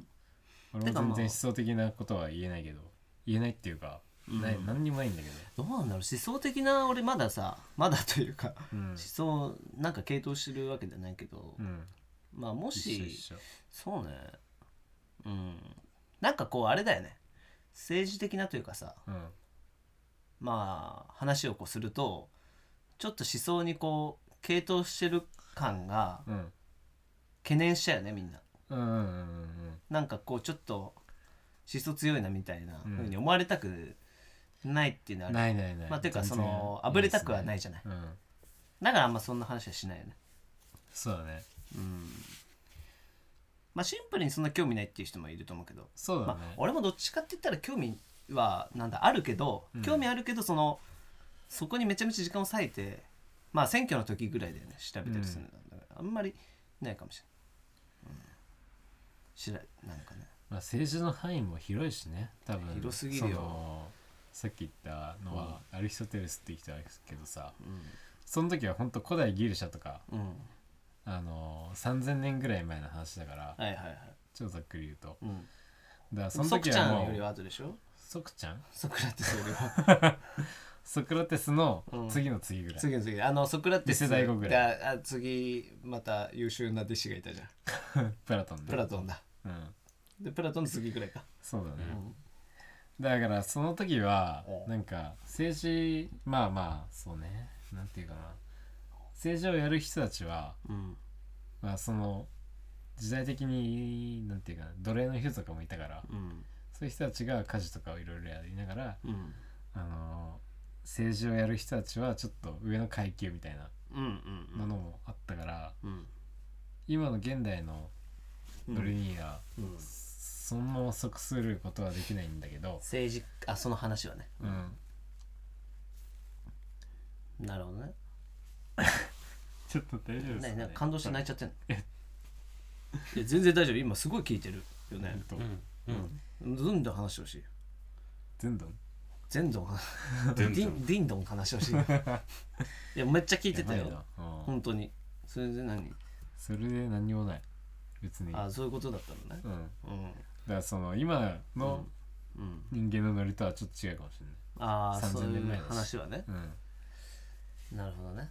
Speaker 4: 俺
Speaker 2: かまあ
Speaker 4: も全然思想的なことは言えないけど言えないっていうか、ない
Speaker 2: うん
Speaker 4: 何にもないんだけど、
Speaker 2: どうなんだろう思想的な俺まださまだというか、
Speaker 4: うん
Speaker 2: 思想なんか系統してるわけじゃないけど、
Speaker 4: うん、
Speaker 2: まあも
Speaker 4: 一緒
Speaker 2: し
Speaker 4: 一緒
Speaker 2: そうねうんなんかこうあれだよね政治的なというかさ
Speaker 4: うん
Speaker 2: まあ話をこうするとちょっと思想にこう傾倒してる感が
Speaker 4: うん
Speaker 2: 懸念しちゃうよねみんな
Speaker 4: うんうんうん
Speaker 2: なんかこうちょっと思想強いなみたいな
Speaker 4: うん
Speaker 2: ふうに思われたくないっていうのは
Speaker 4: うん
Speaker 2: ある、
Speaker 4: ないないない
Speaker 2: まあていうか
Speaker 4: 全
Speaker 2: そ
Speaker 4: 然
Speaker 2: のあぶれたくはないじゃない
Speaker 4: ですねうん
Speaker 2: だからあんまそんな話はしないよね
Speaker 4: そうだね
Speaker 2: うんまあシンプルにそんな興味ないっていう人もいると思うけど、
Speaker 4: そうだ
Speaker 2: ま
Speaker 4: ね
Speaker 2: あ、、俺もどっちかって言ったら興味はなんだあるけど、
Speaker 4: うん
Speaker 2: 興味あるけどそのそこにめちゃめちゃ時間を割いてまあ選挙の時ぐらいだよね調べたりするの、あんまりないかもしれない、うん、知らなんかね
Speaker 4: まあ、政治の範囲も広いしね多分
Speaker 2: 広すぎるよ
Speaker 4: そのさっき言ったのは、アリストテレスって人だけどさ
Speaker 2: う
Speaker 4: その時は本当古代ギリシャとか
Speaker 2: ん、うん、
Speaker 4: あの3,000年ぐらい前の話だから
Speaker 2: はいはいはい
Speaker 4: 超ざっくり言うと
Speaker 2: うん
Speaker 4: だからそ
Speaker 2: そ
Speaker 4: の
Speaker 2: ソク
Speaker 4: 時
Speaker 2: ちゃん
Speaker 4: はも
Speaker 2: より
Speaker 4: う
Speaker 2: は後でしょ
Speaker 4: ソクちゃん
Speaker 2: ソクラテスより は
Speaker 4: ソクラテスの
Speaker 2: うん
Speaker 4: 次の次ぐらい、
Speaker 2: 次の次あのソクラテス
Speaker 4: 二世代後ぐら
Speaker 2: があ次また優秀な弟子がいたじゃん
Speaker 4: プラトンで
Speaker 2: プラトンだ
Speaker 4: うん
Speaker 2: でプラトンの次ぐらいか、
Speaker 4: そうだね、
Speaker 2: うん
Speaker 4: だからその時は
Speaker 2: うん
Speaker 4: なんか政治まあまあそうねなんていうかな政治をやる人たちは
Speaker 2: うん
Speaker 4: まあその時代的になんていうかな奴隷の人とかもいたから
Speaker 2: うん
Speaker 4: そういう人たちが家事とかをいろいろやりながら、
Speaker 2: うん
Speaker 4: あの政治をやる人たちはちょっと上の階級みたいな
Speaker 2: うん
Speaker 4: ものもあったから、
Speaker 2: うんうん
Speaker 4: 今の現代のブルニーが
Speaker 2: うん
Speaker 4: そのまま即することはできないんだけど、
Speaker 2: 政治あその話はね
Speaker 4: うん、
Speaker 2: なるほどね
Speaker 1: ちょっと大丈夫です
Speaker 2: ね
Speaker 1: か、ね
Speaker 2: なんか感動して泣いちゃってんのいや全然大丈夫今すごい聞いてるよね
Speaker 4: うんと
Speaker 1: うんうん
Speaker 2: どんどん話してほしい
Speaker 4: 全どん
Speaker 2: 全どん デ
Speaker 1: 全
Speaker 2: ィ
Speaker 1: 然
Speaker 2: ンディンドン話してほしいい やめっちゃ聞いてた
Speaker 4: やばい
Speaker 2: よ
Speaker 4: なうん
Speaker 2: 本当にそれで何
Speaker 4: それで何にもない別に
Speaker 2: あそういうことだったのね
Speaker 4: うんだか
Speaker 2: うん
Speaker 4: らその今の
Speaker 2: うん
Speaker 4: 人間のノリとはちょっと違うかもしれ
Speaker 2: ああそう
Speaker 4: 3000
Speaker 2: い
Speaker 4: 年前
Speaker 2: う
Speaker 4: です
Speaker 2: 話はね
Speaker 4: ない、うん、
Speaker 2: なるほどね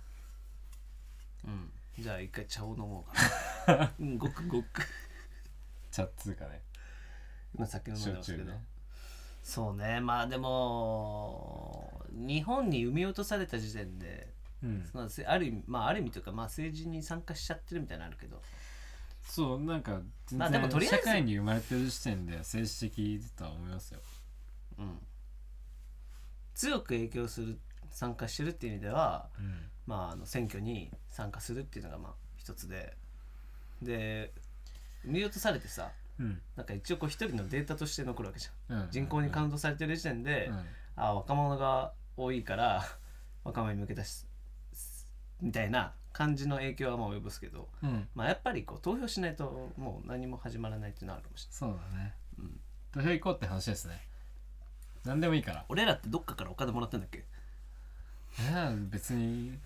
Speaker 2: うんじゃあ一回茶を飲もうか なうんごくごく
Speaker 4: 茶っつうかね
Speaker 2: 今酒飲んで
Speaker 4: 焼
Speaker 2: ます
Speaker 4: 酎
Speaker 2: けど
Speaker 4: ね
Speaker 2: そうねまあでも日本に産み落とされた時点で
Speaker 4: うん
Speaker 2: まあせある意味まあある意味というかまあ政治に参加しちゃってるみたいなのあるけど
Speaker 4: そうなんか全
Speaker 2: まあでもとり
Speaker 4: 然
Speaker 2: あえず
Speaker 4: 社会に生まれてる時点で政治的だとは思いますよ
Speaker 2: うん強く影響する参加してるっていう意味では
Speaker 4: うん
Speaker 2: まああの選挙に参加するっていうのがまあ一つでで産み落とされてさ
Speaker 4: うん
Speaker 2: なんか一応こう一人のデータとして残るわけじゃん
Speaker 4: うん
Speaker 2: 人口にカウントされてる時点で、
Speaker 4: うん
Speaker 2: あ若者が多いから 若者に向けたしみたいな感じの影響はまあ及ぼすけど、
Speaker 4: うん
Speaker 2: まあ、やっぱりこう投票しないともう何も始まらないっていうのはあるかもしれない
Speaker 4: そうだね
Speaker 2: うん
Speaker 4: 土俵行こうって話ですね何でもいいから
Speaker 2: 俺らってどっかからお金もらってんだっけ
Speaker 4: いや別に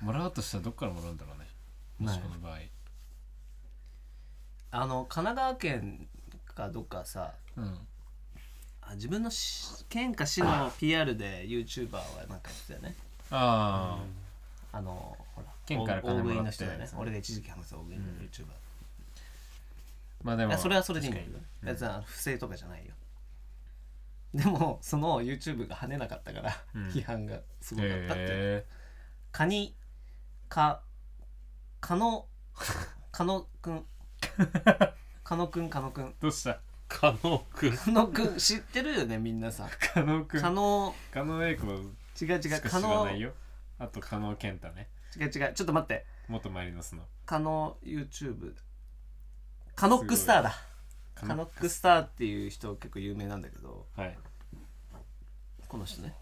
Speaker 4: もらおうとしたらどっからもらうんだろうねもしこの場合、
Speaker 2: あの神奈川県かどっかさ
Speaker 4: うん
Speaker 2: あ自分のし県か市の PR で YouTuber はなんかやってたよね
Speaker 4: ああ、
Speaker 2: あのほら
Speaker 4: 県から金
Speaker 2: 大食い
Speaker 4: もら
Speaker 2: の
Speaker 4: って
Speaker 2: 人だよね
Speaker 4: そう
Speaker 2: 俺が一時期話した大食いの YouTuber、
Speaker 4: まあで
Speaker 2: い
Speaker 4: も
Speaker 2: やそれはそれでいいんだけど
Speaker 4: 確、
Speaker 2: やつは不正とかじゃないよでもその YouTube が跳ねなかったから、
Speaker 4: うん
Speaker 2: 批判がすご
Speaker 4: か
Speaker 2: か
Speaker 4: に
Speaker 2: ったって、
Speaker 4: へ
Speaker 2: カニカカノカノく んカノくんカノくん
Speaker 4: ーどうした
Speaker 1: 加納君
Speaker 2: カノくん知ってるよねみんなさ
Speaker 4: 加納くん
Speaker 2: カノ
Speaker 4: 加納英子
Speaker 2: 違う違う
Speaker 4: しか知
Speaker 2: カ
Speaker 4: ら
Speaker 2: ノ
Speaker 4: ない
Speaker 2: 違う
Speaker 4: よあと加納健太ね
Speaker 2: 違うちょっと待って
Speaker 4: 元マリノスの
Speaker 2: カノ YouTube カノックスターだカノックスターっていう人結構有名なんだけど
Speaker 4: はい
Speaker 2: この人ね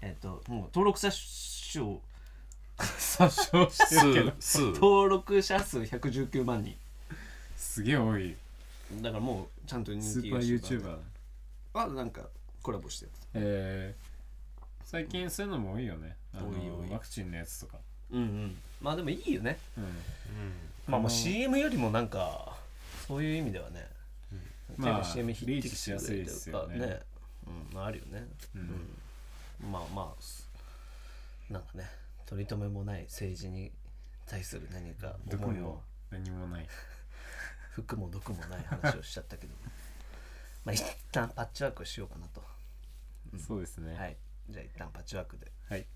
Speaker 2: えっ、ともう登録者数
Speaker 4: 殺傷してるけ ど
Speaker 1: スースー
Speaker 2: 登録者数119万人
Speaker 4: すげえ多い
Speaker 2: だからもうちゃんと人気
Speaker 4: スーパー YouTuber だ
Speaker 2: あなんかコラボしてる
Speaker 4: えー、最近そういうのも多いよねあの
Speaker 2: 多い多い
Speaker 4: ワクチンのやつとか、
Speaker 2: うんうんまあでもいいよね
Speaker 4: うん、
Speaker 2: まあもう
Speaker 4: あの
Speaker 2: CM よりもなんかそういう意味ではね、
Speaker 4: まあ
Speaker 2: 全部 CM 匹敵
Speaker 4: リーチしやすいですよね
Speaker 2: というかうんまあ、あるよね、
Speaker 4: うん
Speaker 2: うんまあまあなんかね取り留めもない政治に対する何か
Speaker 4: どこ
Speaker 2: 思いを
Speaker 4: も何もない
Speaker 2: 服も毒もない話をしちゃった けどまあ一旦パッチワークをしようかなと
Speaker 4: そうですね
Speaker 2: はいじゃあ一旦パッチワークで
Speaker 4: はい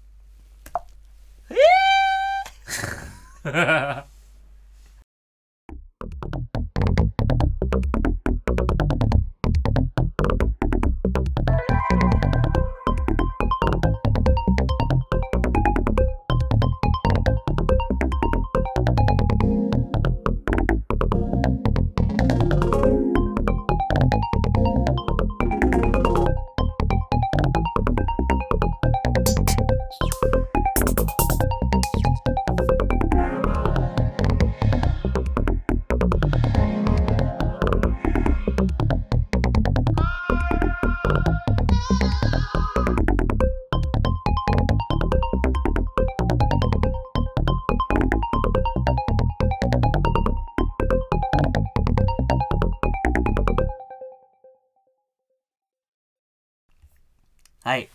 Speaker 2: はい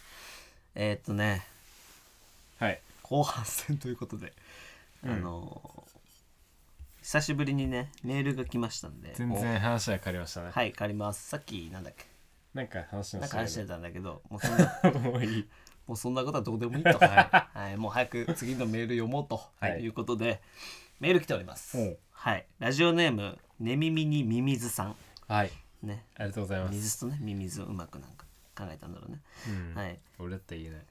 Speaker 2: えーっとね
Speaker 4: はい
Speaker 2: 後半戦ということで、
Speaker 4: うん
Speaker 2: あのー久しぶりにねメールが来ましたんで
Speaker 4: 全然話は変わりましたね、
Speaker 2: おはい借りますさっきなんだっけ
Speaker 4: なんか話の
Speaker 2: なんか話して
Speaker 4: た
Speaker 2: たんだけどもうそん な
Speaker 4: もういい
Speaker 2: もうそんなことはどうでもいいと、はいもう早く次のメール読もうと
Speaker 4: はい
Speaker 2: いうことで、メール来ております、
Speaker 4: うん
Speaker 2: はいラジオネームねみみにみみずさん
Speaker 4: はい
Speaker 2: ね
Speaker 4: ありがとうございます、
Speaker 2: 水とねミミズをうまくなんか考えたんだろうね
Speaker 4: うん
Speaker 2: はい
Speaker 4: 俺だって言えない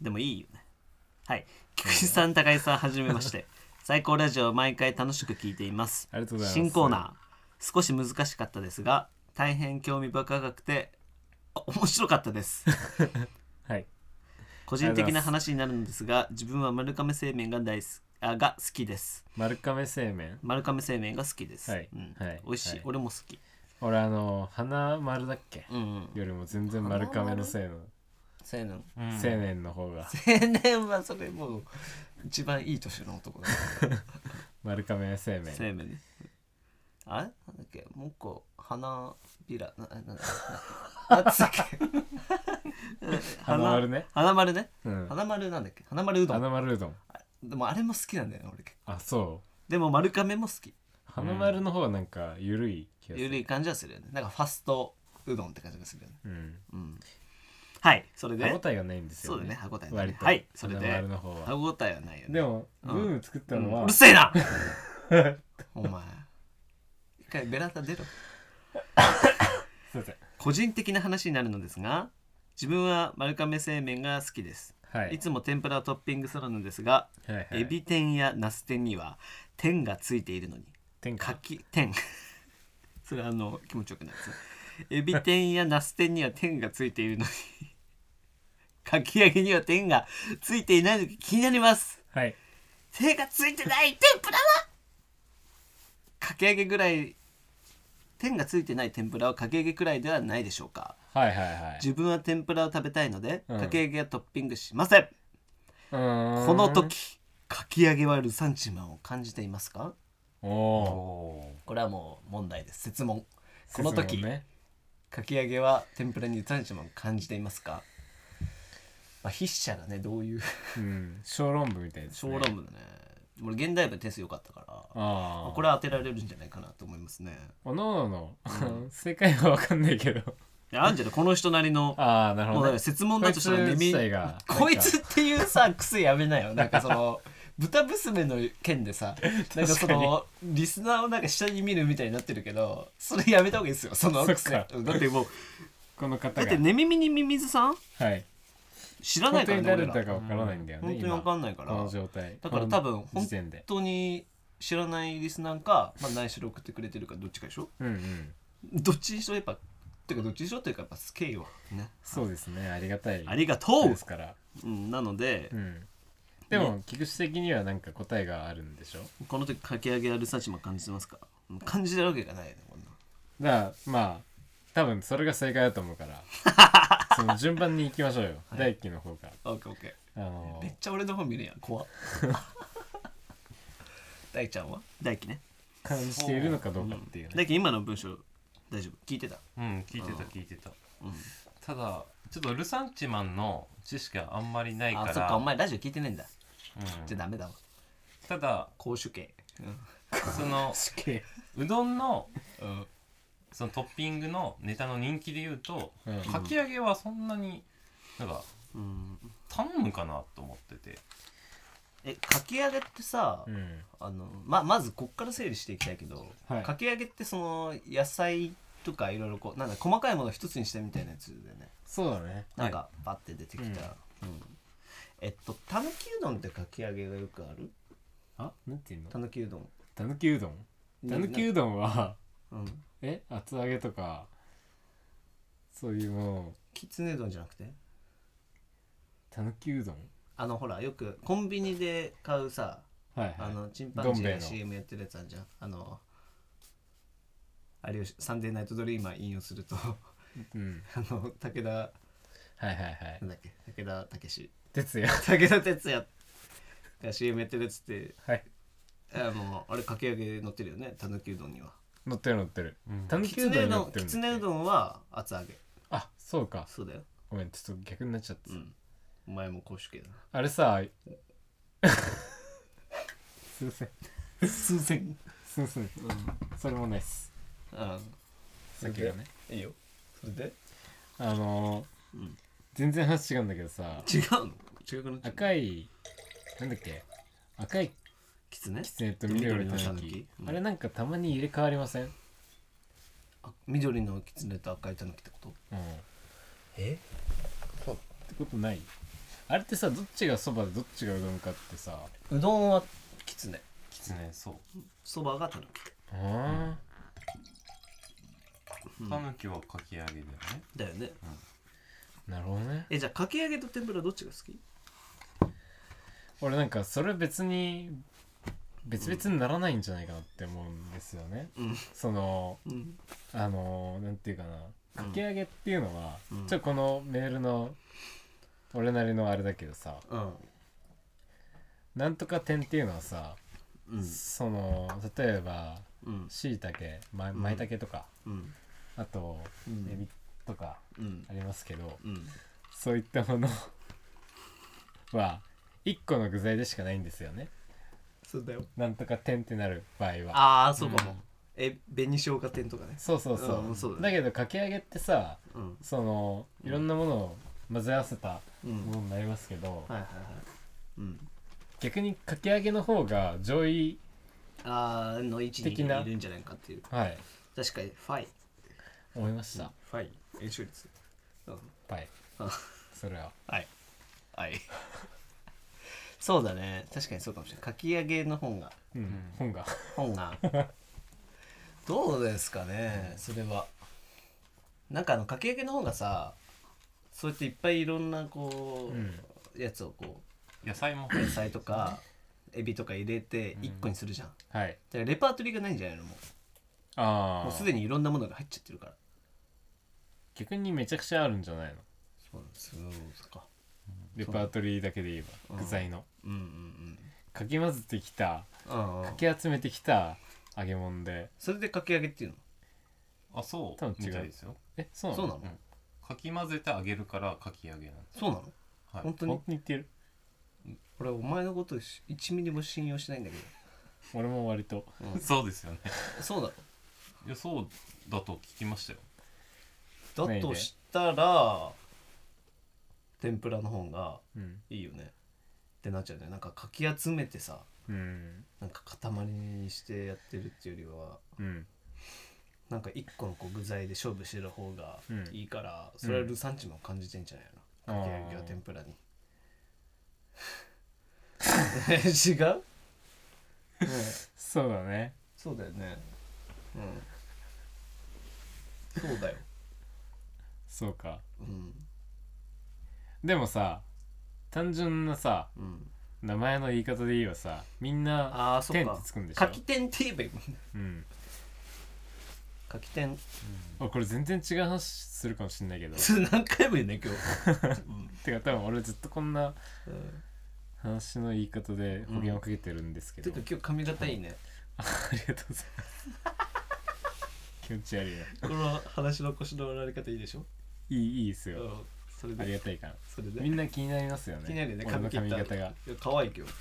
Speaker 2: でもいいよねはい菊池さん高井さんはじめまして 最高ラジオ毎回楽しく聞いています
Speaker 4: ありがとうございます
Speaker 2: 新コーナー少し難しかったですが大 変興味深くてあ面白かったです
Speaker 4: はい
Speaker 2: 個人的な話になるんですが自分は丸亀製麺が大好きあが好きです
Speaker 4: 丸亀製麺
Speaker 2: 丸亀製麺が好きです、
Speaker 4: はい
Speaker 2: うん
Speaker 4: はい
Speaker 2: 美味しい、
Speaker 4: はい
Speaker 2: 俺も好き、
Speaker 4: 俺あの花丸だっけ
Speaker 2: うんうん、
Speaker 4: よりも全然丸亀のせいの
Speaker 2: 青 年
Speaker 1: うん
Speaker 4: 青年の方が
Speaker 2: 青年はそれもう一番いい年の男だか
Speaker 4: 丸亀製
Speaker 2: ら
Speaker 4: 麺
Speaker 2: 生命ねあれなんだっけもう一個花びらななんだなんだっけ
Speaker 4: 花丸ね
Speaker 2: 花丸ね
Speaker 4: うん
Speaker 2: 花丸なんだっけ花丸うどん
Speaker 4: 花丸うどん
Speaker 2: でもあれも好きなんだよね俺結構
Speaker 4: あそう
Speaker 2: でも丸亀も好き
Speaker 4: 花丸の方はなんか緩い気がす
Speaker 2: ゆ
Speaker 4: る
Speaker 2: るい感じはするよねなんかファストうどんって感じがするよね
Speaker 4: うん
Speaker 2: うんはいそれで
Speaker 4: 歯応えがないんですよ
Speaker 2: そうだね
Speaker 4: ね
Speaker 2: 歯応えない
Speaker 4: 割と
Speaker 2: はいそれで
Speaker 4: 花丸の方
Speaker 2: 歯
Speaker 4: は
Speaker 2: 応えはないよね
Speaker 4: でも
Speaker 2: う
Speaker 4: ブ
Speaker 2: ん
Speaker 4: ーム作った
Speaker 2: うん
Speaker 4: のは
Speaker 2: うるせえ なお前一回ベランダ出ろ
Speaker 4: すいません
Speaker 2: 個人的な話になるのですが自分は丸亀製麺が好きです、、
Speaker 4: はいい
Speaker 2: つも天ぷらをトッピングするのですが、
Speaker 4: はいはい
Speaker 2: エビ天やナス天には天がついているのに
Speaker 4: 天
Speaker 2: か
Speaker 4: 下
Speaker 2: き天 それあの気持ちよくないですエビ天やナス天には天がついているのに かき揚げには天がついていないのが気になります
Speaker 4: はい
Speaker 2: 手がついてない天ぷらはかき揚げぐらい天がついてない天ぷらはかき揚げくらいではないでしょうか
Speaker 4: はいはいはい
Speaker 2: 自分は天ぷらを食べたいので、
Speaker 4: うん
Speaker 2: かき揚げはトッピングしません
Speaker 4: うーん
Speaker 2: この時かき揚げはルサンチマンを感じていますか
Speaker 4: お
Speaker 1: お
Speaker 4: お
Speaker 1: お
Speaker 2: これはもう問題です説問この時、
Speaker 4: 説明ね
Speaker 2: かき揚げは天ぷらにルサンチマンを感じていますか、まあ、筆者がねどう いう
Speaker 4: うん小論文みたいです
Speaker 2: 小
Speaker 4: ね
Speaker 2: 論文だね俺現代文点数良かったから
Speaker 4: ああ
Speaker 2: これは当てられるんじゃないかなと思いますね
Speaker 4: おのおのの 正解はわかんないけど
Speaker 2: いやあんじゃないこの人なりの
Speaker 4: ああなる
Speaker 2: もう
Speaker 4: ほ
Speaker 2: だから
Speaker 4: どね
Speaker 2: 説問だとしたら
Speaker 4: こいつ
Speaker 2: 耳
Speaker 4: 自体が
Speaker 2: こいつっていうさ癖やめなよなんかそ の豚娘の件でさなんかそのリスナーをなんか下に見るみたいになってるけどそれやめた方がいいですよその
Speaker 4: そっ
Speaker 2: 癖
Speaker 4: か
Speaker 2: うんだってもう
Speaker 4: この方
Speaker 2: だっ
Speaker 4: が
Speaker 2: て寝耳にミミズさん
Speaker 4: はい
Speaker 2: 知らな
Speaker 4: 本
Speaker 2: いから
Speaker 4: 当に
Speaker 2: ね
Speaker 4: 誰
Speaker 2: 俺ら
Speaker 4: だかわからないんだよね
Speaker 2: 本当にわか
Speaker 4: ない
Speaker 2: んないか
Speaker 4: こ
Speaker 2: ら
Speaker 4: の状態
Speaker 2: だから多分
Speaker 4: この時点で
Speaker 2: 本当に知らないリスナーか、まあ、内緒で送ってくれてるかどっちかでしょ
Speaker 4: うんうん
Speaker 2: どっちにしろやっぱてかどっちにしろっていうかやっぱスケイをね
Speaker 4: そうですねありがたい
Speaker 2: ありがと
Speaker 4: そう
Speaker 2: う
Speaker 4: ですから
Speaker 2: うんなので、
Speaker 4: うんでも菊池的にはなんか答えがあるんでしょ
Speaker 2: この時かき揚げやルサンチマン感じてますか感じてるわけがないよねこんな
Speaker 4: だからまあ多分それが正解だと思うから その順番に行きましょうよ第一期の方が
Speaker 2: オッケーオッケ
Speaker 4: あの
Speaker 2: ーめっちゃ俺の方見るやん 怖っ大ちゃんは大輝ね
Speaker 4: 感じているのかどうかっていうね
Speaker 2: 大輝今の文章大丈夫聞いてた
Speaker 1: うん聞いてた聞いてた、ただちょっとルサンチマンの知識はあんまりないから
Speaker 2: あそっかお前ラジオ聞いてないんだ
Speaker 1: うん
Speaker 2: じゃあダメだわ
Speaker 1: ただ
Speaker 2: 公主系
Speaker 1: その
Speaker 4: 死刑
Speaker 1: うどんの
Speaker 2: うん
Speaker 1: そのトッピングのネタの人気で言うと、
Speaker 4: うん
Speaker 1: かき揚げはそんなになんか
Speaker 2: うん
Speaker 1: 頼むかなと思ってて
Speaker 2: えかき揚げってさ、
Speaker 4: うん
Speaker 2: あのままずこっから整理していきたいけど、
Speaker 4: はい
Speaker 2: かき揚げってその野菜とかいろいろこうなんだ細かいものを一つにしたみたいなやつだよね
Speaker 4: そうだね
Speaker 2: なんかパッて出てきた、うんえっとたぬきうどんってかき揚げがよくある
Speaker 4: あなんていうの
Speaker 2: たぬきうどん
Speaker 4: たぬきうどんたぬきうどんは
Speaker 2: うん
Speaker 4: え厚揚げとかそういうもの
Speaker 2: きつねうどんじゃなくて
Speaker 4: たぬきうどん
Speaker 2: あのほらよくコンビニで買うさ
Speaker 4: はいはい
Speaker 2: あのチンパンジー
Speaker 4: どん兵衛
Speaker 2: が
Speaker 4: の
Speaker 2: CM やってるやつあるじゃんあの有吉サンデーナイトドリーマー引用すると あ
Speaker 4: うん
Speaker 2: の武田
Speaker 4: はいはいはい
Speaker 2: なんだっけ武田武志
Speaker 4: 哲也
Speaker 2: 武田鉄矢が CM やってるやつって
Speaker 4: はい
Speaker 2: あのあれかき揚げ乗ってるよねたぬきうどんには
Speaker 4: 乗ってる乗ってる
Speaker 1: うん
Speaker 4: たぬ
Speaker 2: き
Speaker 4: き
Speaker 2: つ
Speaker 4: うど
Speaker 2: ね
Speaker 4: ん
Speaker 2: う
Speaker 4: に乗
Speaker 2: ど
Speaker 4: っ
Speaker 2: ん
Speaker 4: てる
Speaker 2: き
Speaker 4: んだ
Speaker 2: つねうどんは厚揚げ
Speaker 4: あそうか
Speaker 2: そうだよ
Speaker 4: ごめんちょっと逆になっちゃった
Speaker 2: うん。お前も公主系だ
Speaker 4: あれさすいません
Speaker 2: な。数千。
Speaker 4: すいません、それもないっす
Speaker 2: うん。
Speaker 4: 先がね
Speaker 2: いいよ。それで
Speaker 4: あのー
Speaker 2: うん
Speaker 4: 全然話違うんだけどさ
Speaker 2: 違うの違くなっちゃう。
Speaker 4: 赤いなんだっけ赤い
Speaker 2: キツネ
Speaker 4: キツネと緑の
Speaker 2: 緑
Speaker 4: タ
Speaker 2: の
Speaker 4: ヌ
Speaker 2: 狸
Speaker 4: キ
Speaker 2: うん
Speaker 4: あれなんかたまに入れ替わりません、うん、
Speaker 2: あ緑のキツネと赤いタヌキってことえ
Speaker 4: ってことないあれってさどっちがそばでどっちがうどんかってさ
Speaker 2: うどんはキツネ。
Speaker 1: きつねそう
Speaker 2: そばがタヌキ。
Speaker 4: うん
Speaker 1: タヌキはかき揚げだよね
Speaker 2: だよね。
Speaker 4: なるほどね
Speaker 2: えじゃあかき揚げと天ぷらどっちが好き
Speaker 4: 俺なんかそれ別に別々にならないんじゃないかなって思うんですよね、
Speaker 2: うん
Speaker 4: その
Speaker 2: うん
Speaker 4: あのー、なんていうか
Speaker 2: う
Speaker 4: な
Speaker 2: ん
Speaker 4: かき揚げっていうのは、
Speaker 2: うん
Speaker 4: ちょっとこのメールの俺なりのあれだけどさ
Speaker 2: うん
Speaker 4: なんとか点っていうのはさ、
Speaker 2: うん
Speaker 4: その例えば
Speaker 2: うん
Speaker 4: しいたけま
Speaker 2: ん
Speaker 4: まいたけとか、
Speaker 2: うん
Speaker 4: あと
Speaker 2: うん
Speaker 4: エビとか
Speaker 2: うん
Speaker 4: ありますけど
Speaker 2: うん
Speaker 4: そういったもの は1個の具材でしかないんですよね
Speaker 2: そうだよ
Speaker 4: なんとか点ってなる場合は
Speaker 2: ああそうかも、え紅生姜天とかね
Speaker 4: そうそうそう,、
Speaker 2: うんそうだね
Speaker 4: だけどかき揚げってさ
Speaker 2: うん
Speaker 4: そのいろんなものを混ぜ合わせた
Speaker 2: うん
Speaker 4: ものになりますけど、
Speaker 2: はいはいはいうん
Speaker 4: 逆にかき揚げの方が上位
Speaker 2: あーの位置にい
Speaker 4: 的な
Speaker 2: るんじゃないかっていう
Speaker 4: はい
Speaker 2: 確かにファイ
Speaker 4: 思いました、
Speaker 2: ファイ炎症率うん
Speaker 4: はい
Speaker 2: あ
Speaker 4: それは
Speaker 2: はい はいそうだね確かにそうかもしれないかき揚げの本が
Speaker 4: うん、本が
Speaker 2: 本がどうですかねそれはなんかあのかき揚げの本がさそうやっていっぱいいろんなこう、やつをこ
Speaker 1: 野菜も
Speaker 2: う野菜とかエビとか入れて一個にするじゃん、
Speaker 4: はい
Speaker 2: だからレパートリーがないんじゃないのも
Speaker 4: あ
Speaker 2: う
Speaker 4: あ
Speaker 2: もうすでにいろんなものが入っちゃってるから
Speaker 4: 逆にめちゃくちゃあるんじゃないの
Speaker 2: そうですか
Speaker 4: レパートリーだけで言えば具材の
Speaker 2: うんうん
Speaker 4: かき混ぜてきた
Speaker 2: うん
Speaker 4: かき集めてきた揚げ物で
Speaker 2: それでかき揚げっていう
Speaker 1: あそ
Speaker 4: 多
Speaker 1: う
Speaker 4: 分違う
Speaker 1: みたいですよ
Speaker 4: えそう
Speaker 2: の
Speaker 4: な
Speaker 2: そ
Speaker 4: の
Speaker 2: うなの
Speaker 1: かき混ぜてあげるからかき揚げなんです
Speaker 2: そうなの
Speaker 1: はい
Speaker 2: 本当
Speaker 4: 本
Speaker 2: に
Speaker 4: 当に言ってる
Speaker 2: 俺お前のことし1ミリも信用しないんだけど
Speaker 4: 俺も割と
Speaker 1: そうですよね
Speaker 2: そうなの
Speaker 1: いやそうだと聞きましたよ
Speaker 2: だ
Speaker 4: ないね
Speaker 2: としたら天ぷらの方が
Speaker 4: うん
Speaker 2: いいよねってなっちゃうねなんかかき集めてさ
Speaker 4: うん
Speaker 2: なんか塊にしてやってるっていうよりは
Speaker 4: うん
Speaker 2: なんか一個のこう具材で勝負してる方が
Speaker 4: うん
Speaker 2: いいから、それはルサンチマン感じてんじゃないの、
Speaker 4: うん
Speaker 2: かき揚げは
Speaker 4: あー
Speaker 2: 天ぷらに 違う、ね
Speaker 4: そうだね
Speaker 2: そうだよねうんそうだよ
Speaker 4: そうか
Speaker 2: うん
Speaker 4: でもさ単純なさ
Speaker 2: うん
Speaker 4: 名前の言い方で言えばさみん
Speaker 2: あ
Speaker 4: な
Speaker 2: ー
Speaker 4: 「
Speaker 2: そっ
Speaker 4: 天」っ
Speaker 2: か
Speaker 4: てつくんでしょ
Speaker 2: かき天って言えばいいもんね
Speaker 4: うん
Speaker 2: かき天
Speaker 4: あこれ全然違う話するかもしんないけど
Speaker 2: 何回も言うね今日、
Speaker 4: てか多分俺ずっとこんな
Speaker 2: うんうん
Speaker 4: 話の言い方で保険をかけてるんですけ
Speaker 2: ち
Speaker 4: ど、
Speaker 2: ょっと今日髪型いいね
Speaker 4: あありがとうございます 気持ち悪いな
Speaker 2: この話の腰の割られ方いいでしょ、
Speaker 4: いいいいです
Speaker 2: う
Speaker 4: よ
Speaker 2: ん、それ
Speaker 4: あり
Speaker 2: で
Speaker 4: がたいから
Speaker 2: それで
Speaker 4: みんな気になりますよね
Speaker 2: 気になるよね
Speaker 4: 俺の
Speaker 2: 切っ
Speaker 4: 髪
Speaker 2: た
Speaker 4: 型が
Speaker 2: いや可愛い今日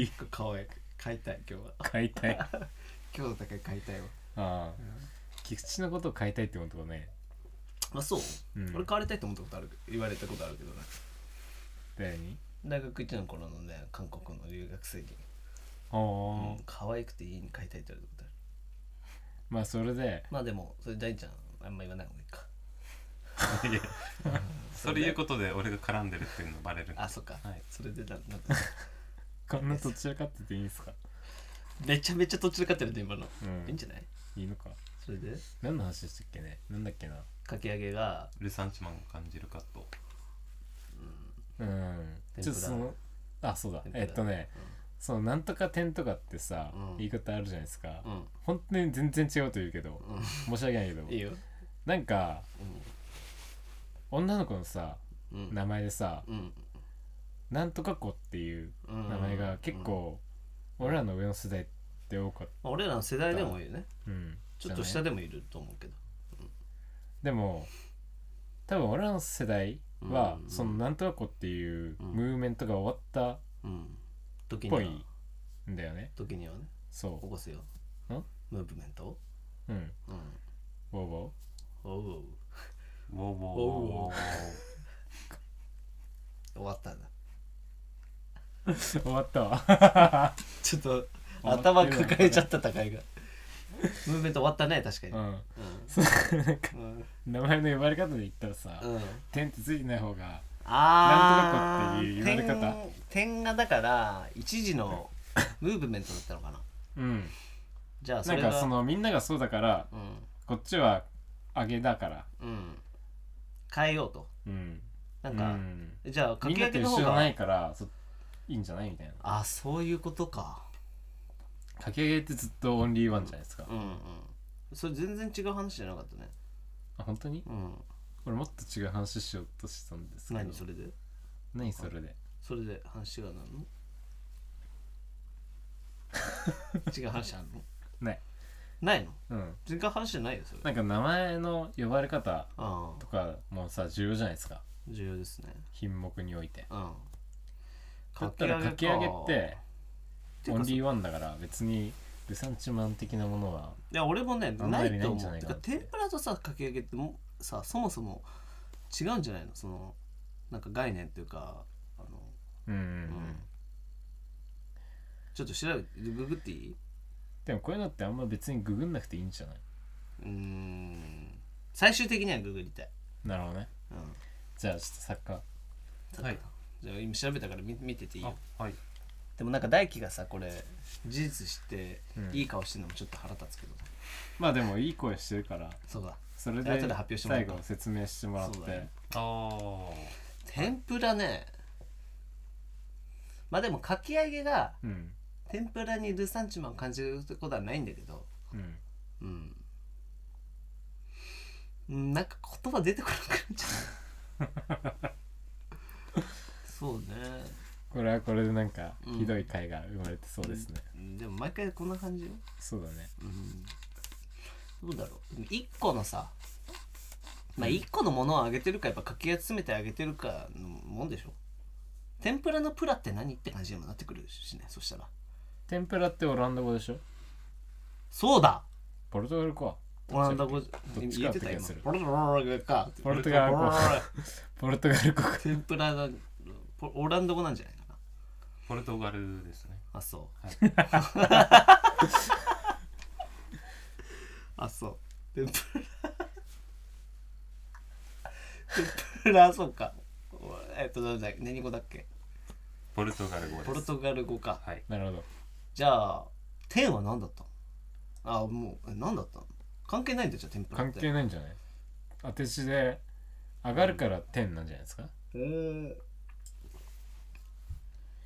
Speaker 4: いい
Speaker 2: 可愛い買いたい今日は
Speaker 4: 買いたいあ
Speaker 2: 今日の高い買いたいわ
Speaker 4: あ菊池のことを買いたいって思ったことね
Speaker 2: あそう、
Speaker 4: うん
Speaker 2: 俺買われたいと思ったことある言われたことあるけどね
Speaker 4: 誰に
Speaker 2: 大学1の頃のね韓国の留学生に、
Speaker 4: ああ、
Speaker 2: うん、可愛くて家に買いたいって言われたことある
Speaker 4: まあそれで
Speaker 2: まあでもそれ大ちゃんあんま言わない方がいい
Speaker 1: い
Speaker 2: か
Speaker 1: や それ言うことで俺が絡んでるっていうのバレるんで
Speaker 2: あそっか、
Speaker 1: はい
Speaker 2: それでななんか
Speaker 4: こんなどちらかってていいんですか
Speaker 2: めちゃめちゃどちらかってるね今の、
Speaker 4: うん
Speaker 2: いいんじゃない
Speaker 4: いいのか
Speaker 2: それで
Speaker 4: 何の話でしたっけねなんだっけな
Speaker 2: かき揚げが
Speaker 1: ルサンチマンを感じるかと
Speaker 4: うんちょっとそのあそうだ
Speaker 2: 天ぷら
Speaker 4: えっとね、そのなんとか点とかってさ、
Speaker 2: うん
Speaker 4: 言い方あるじゃないですか、
Speaker 2: うん
Speaker 4: 本当に全然違うと言うけど、申し訳ないけど
Speaker 2: いいよ
Speaker 4: なんか、女の子のさ
Speaker 2: うん
Speaker 4: 名前でさ、
Speaker 2: うん
Speaker 4: なんとか子っていう
Speaker 2: うん
Speaker 4: 名前が結構、俺らの上の世代って多かっ
Speaker 2: まあ俺らの世代でもいいよね
Speaker 4: た、うん、
Speaker 2: ちょっと
Speaker 4: じゃ
Speaker 2: 下
Speaker 4: ない
Speaker 2: でもいると思うけど
Speaker 4: でも多分俺らの世代は、
Speaker 2: うん
Speaker 4: そのなんとか子っていううんムーブメントが終わった
Speaker 2: うん時
Speaker 4: っ
Speaker 2: には
Speaker 4: ぽいんだよね、
Speaker 2: 時にはね
Speaker 4: そ
Speaker 2: 起こすよ
Speaker 4: ううん
Speaker 2: ムーブメントを
Speaker 4: うん
Speaker 2: うん
Speaker 4: ボーボー
Speaker 2: おう
Speaker 1: ウォーウォーウォーウォーウォー
Speaker 2: 終わったんだ
Speaker 4: 終わったわ
Speaker 2: ちょっと
Speaker 4: わってる
Speaker 2: 頭抱えちゃった高いがムーブメント終わったね確かに
Speaker 4: う
Speaker 2: うん
Speaker 4: んそうなんか
Speaker 2: うん
Speaker 4: 名前の呼ばれ方で言ったらさ
Speaker 2: うん
Speaker 4: 「点」ってついてない方が
Speaker 2: ああ
Speaker 4: なんとなくっていう言われ方
Speaker 2: 点がだから一時 のムーブメントだったのかな
Speaker 4: うん
Speaker 2: じゃあそ
Speaker 4: なん
Speaker 2: れが
Speaker 4: かそのみんながそうだから
Speaker 2: うん
Speaker 4: こっちは上げだから
Speaker 2: うん変えようと
Speaker 1: うん
Speaker 2: なんか、
Speaker 4: うん
Speaker 2: じゃあか
Speaker 4: みん
Speaker 2: き
Speaker 4: な
Speaker 2: 揚
Speaker 4: って
Speaker 2: げの
Speaker 4: 後
Speaker 2: 方
Speaker 4: ろな
Speaker 2: が
Speaker 4: いからそいいんじゃないみたいな
Speaker 2: あそういうことか
Speaker 4: かき揚げってずっとオンリーワンじゃないですか、
Speaker 2: うんうんそれ全然違う話じゃなかったね
Speaker 4: あ本当に
Speaker 2: うん
Speaker 4: 俺もっと違う話しようとしたんですけど
Speaker 2: 何それで
Speaker 4: 何それで
Speaker 2: それで話 がなるの違う話あるの
Speaker 4: ない
Speaker 2: ないの
Speaker 4: うん
Speaker 2: 全然話じゃないよそれ
Speaker 4: なんか名前の呼ばれ方
Speaker 2: ああ
Speaker 4: とかもさ重要じゃないですか
Speaker 2: 重要ですね
Speaker 4: 品目において
Speaker 2: うん
Speaker 4: だったらかき揚げって
Speaker 2: て
Speaker 4: オ
Speaker 2: か
Speaker 4: ンリーワンだから別にルサンチマン的なものはい
Speaker 2: や俺もね
Speaker 4: あんま
Speaker 2: な
Speaker 4: り
Speaker 2: いと
Speaker 4: ないんじゃ
Speaker 2: 思う
Speaker 4: ない
Speaker 2: て
Speaker 4: かな
Speaker 2: か天ぷらとさかき揚げってもさそもそも違うんじゃないのそのなんか概念っていうかあの
Speaker 4: うんうんう
Speaker 2: うんんちょっと調べてググっていい
Speaker 4: でもこういうのってあんま別にググんなくていいんじゃないう
Speaker 2: ーん最終的にはググりたい、
Speaker 4: なるほどね
Speaker 2: う
Speaker 4: じゃあちょっとサッカ
Speaker 2: ん、
Speaker 1: はい
Speaker 2: じゃあ今調べたから見見てていいよ
Speaker 1: あはい
Speaker 2: でもなんか大輝がさこれ事実知って
Speaker 4: うん
Speaker 2: いい顔してるのもちょっと腹立つけど、
Speaker 4: ーまあでもいい声してるから
Speaker 2: そうだ
Speaker 4: それ
Speaker 2: 後
Speaker 4: で
Speaker 2: で発表してもらおう
Speaker 4: 最
Speaker 2: か
Speaker 4: 後説明してもらっ
Speaker 2: そうだ
Speaker 4: て
Speaker 2: ね
Speaker 1: あー
Speaker 2: 天ぷらねまあでもかき揚げが
Speaker 4: うん
Speaker 2: 天ぷらにルサンチマンを感じることはないんだけど
Speaker 4: うん
Speaker 2: うんうんなんか言葉出てこなくなっちゃうそうね
Speaker 4: これはこれでなんかひどい回が生まれてそうですね、
Speaker 2: でも毎回こんな感じよ
Speaker 4: そうだね
Speaker 2: どうだろうでも1個のさまあ1個のものをあげてるかやっぱかき集めてあげてるかのもんでしょ天ぷらのプラって何って感じにもなってくるしねそしたら
Speaker 4: 天ぷらってオランダ語でしょ
Speaker 2: そうだ
Speaker 4: ポルトガルか
Speaker 2: オランダ語
Speaker 4: どっち
Speaker 2: 言っ
Speaker 4: か
Speaker 2: た
Speaker 4: ってて
Speaker 2: 今
Speaker 4: 気がする
Speaker 2: ポルトガルか
Speaker 4: ポルトガル語
Speaker 2: ポルトガル
Speaker 4: ポルトガル語か
Speaker 2: 天ぷらのポオランダ語なんじゃないかな
Speaker 1: ポルトガルですね
Speaker 2: あそう
Speaker 1: はい
Speaker 2: あそう天ぷら天ぷらそうかおえっとなんだ何語だっけ
Speaker 1: ポルトガル語です
Speaker 2: ポルトガル語か
Speaker 1: はい
Speaker 4: なるほど
Speaker 2: じゃあ天は何だったのあもうえ何だったの関係ないんだじゃあ天ぷらっ
Speaker 4: 関
Speaker 2: て
Speaker 4: 係ないんじゃない当て字で上がるから天なんじゃないですか、
Speaker 2: えー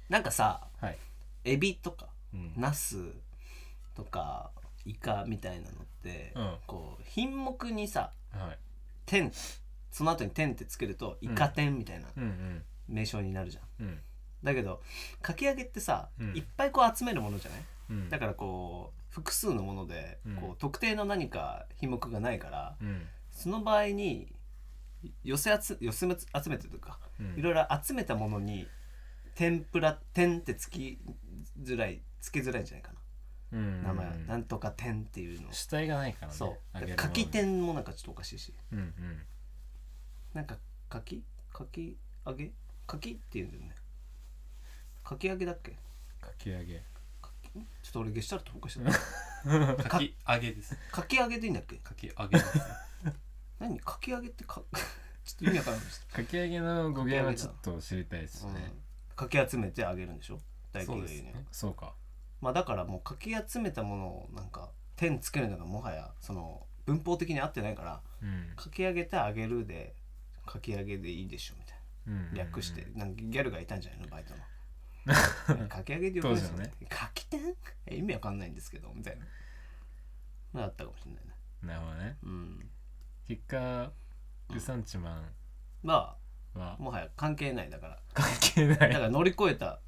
Speaker 2: なんかさ
Speaker 4: はい、
Speaker 2: エビとか
Speaker 4: うん
Speaker 2: ナスとかイカみたいなのって、
Speaker 4: うん
Speaker 2: こう品目にさ
Speaker 4: はい、
Speaker 2: 天その後に天ってつけるとイカ天みたいな
Speaker 4: うんうん
Speaker 2: 名称になるじゃん、
Speaker 4: うん
Speaker 2: だけどかき揚げってさ、
Speaker 4: うん
Speaker 2: いっぱいこう集めるものじゃない
Speaker 4: うん
Speaker 2: だからこう複数のもので、
Speaker 4: うん
Speaker 2: こう特定の何か品目がないから、
Speaker 4: うん
Speaker 2: その場合に寄せ集寄せ集めてというか、
Speaker 4: うん
Speaker 2: いろいろ集めたものに天ぷら天ってつきづらいつけづらいんじゃないか
Speaker 4: うん
Speaker 2: な、名前は
Speaker 4: うん
Speaker 2: なんとか天っていうの
Speaker 4: 主体がないからね
Speaker 2: そう
Speaker 4: 揚げるもの
Speaker 2: 柿天もなんかちょっとおかしいし
Speaker 4: うんうん
Speaker 2: なんか柿柿揚げ柿っていうんだよね柿揚げだっけ
Speaker 4: かき揚げ
Speaker 2: 柿んちょっと俺ゲシュタルト崩壊しちゃ った
Speaker 1: かき揚げです
Speaker 2: かき揚げでいいんだっけ
Speaker 1: かき揚げですね
Speaker 2: 何かき揚げってか ちょっと意味わからないです、
Speaker 4: かき揚げの語源はちょっと知りたいです
Speaker 2: う
Speaker 4: ね、
Speaker 2: ん、かき集めてあげるんでしょ大
Speaker 1: そ
Speaker 2: 体
Speaker 1: う
Speaker 2: が
Speaker 1: で
Speaker 2: 言
Speaker 1: す
Speaker 2: うね
Speaker 1: ね
Speaker 4: そうか
Speaker 2: まあだからもうかき集めたものをなんか点つけるのがもはやその文法的に合ってないから
Speaker 4: うん
Speaker 2: かき揚げてあげるでかき揚げでいいでしょみたい
Speaker 4: うん
Speaker 2: な略して
Speaker 4: うん
Speaker 2: なんかギャルがいたんじゃないのバイト のかき揚げでよくないですよねかき点え意味わかんないんですけどみたいなまああったかもしれないね
Speaker 4: なるほどね
Speaker 2: うん
Speaker 4: 結果ルサンチマ
Speaker 2: ま
Speaker 4: ンは
Speaker 2: あもはや関係ないだから
Speaker 4: 関係な
Speaker 2: だか
Speaker 4: い
Speaker 2: ら乗り越えた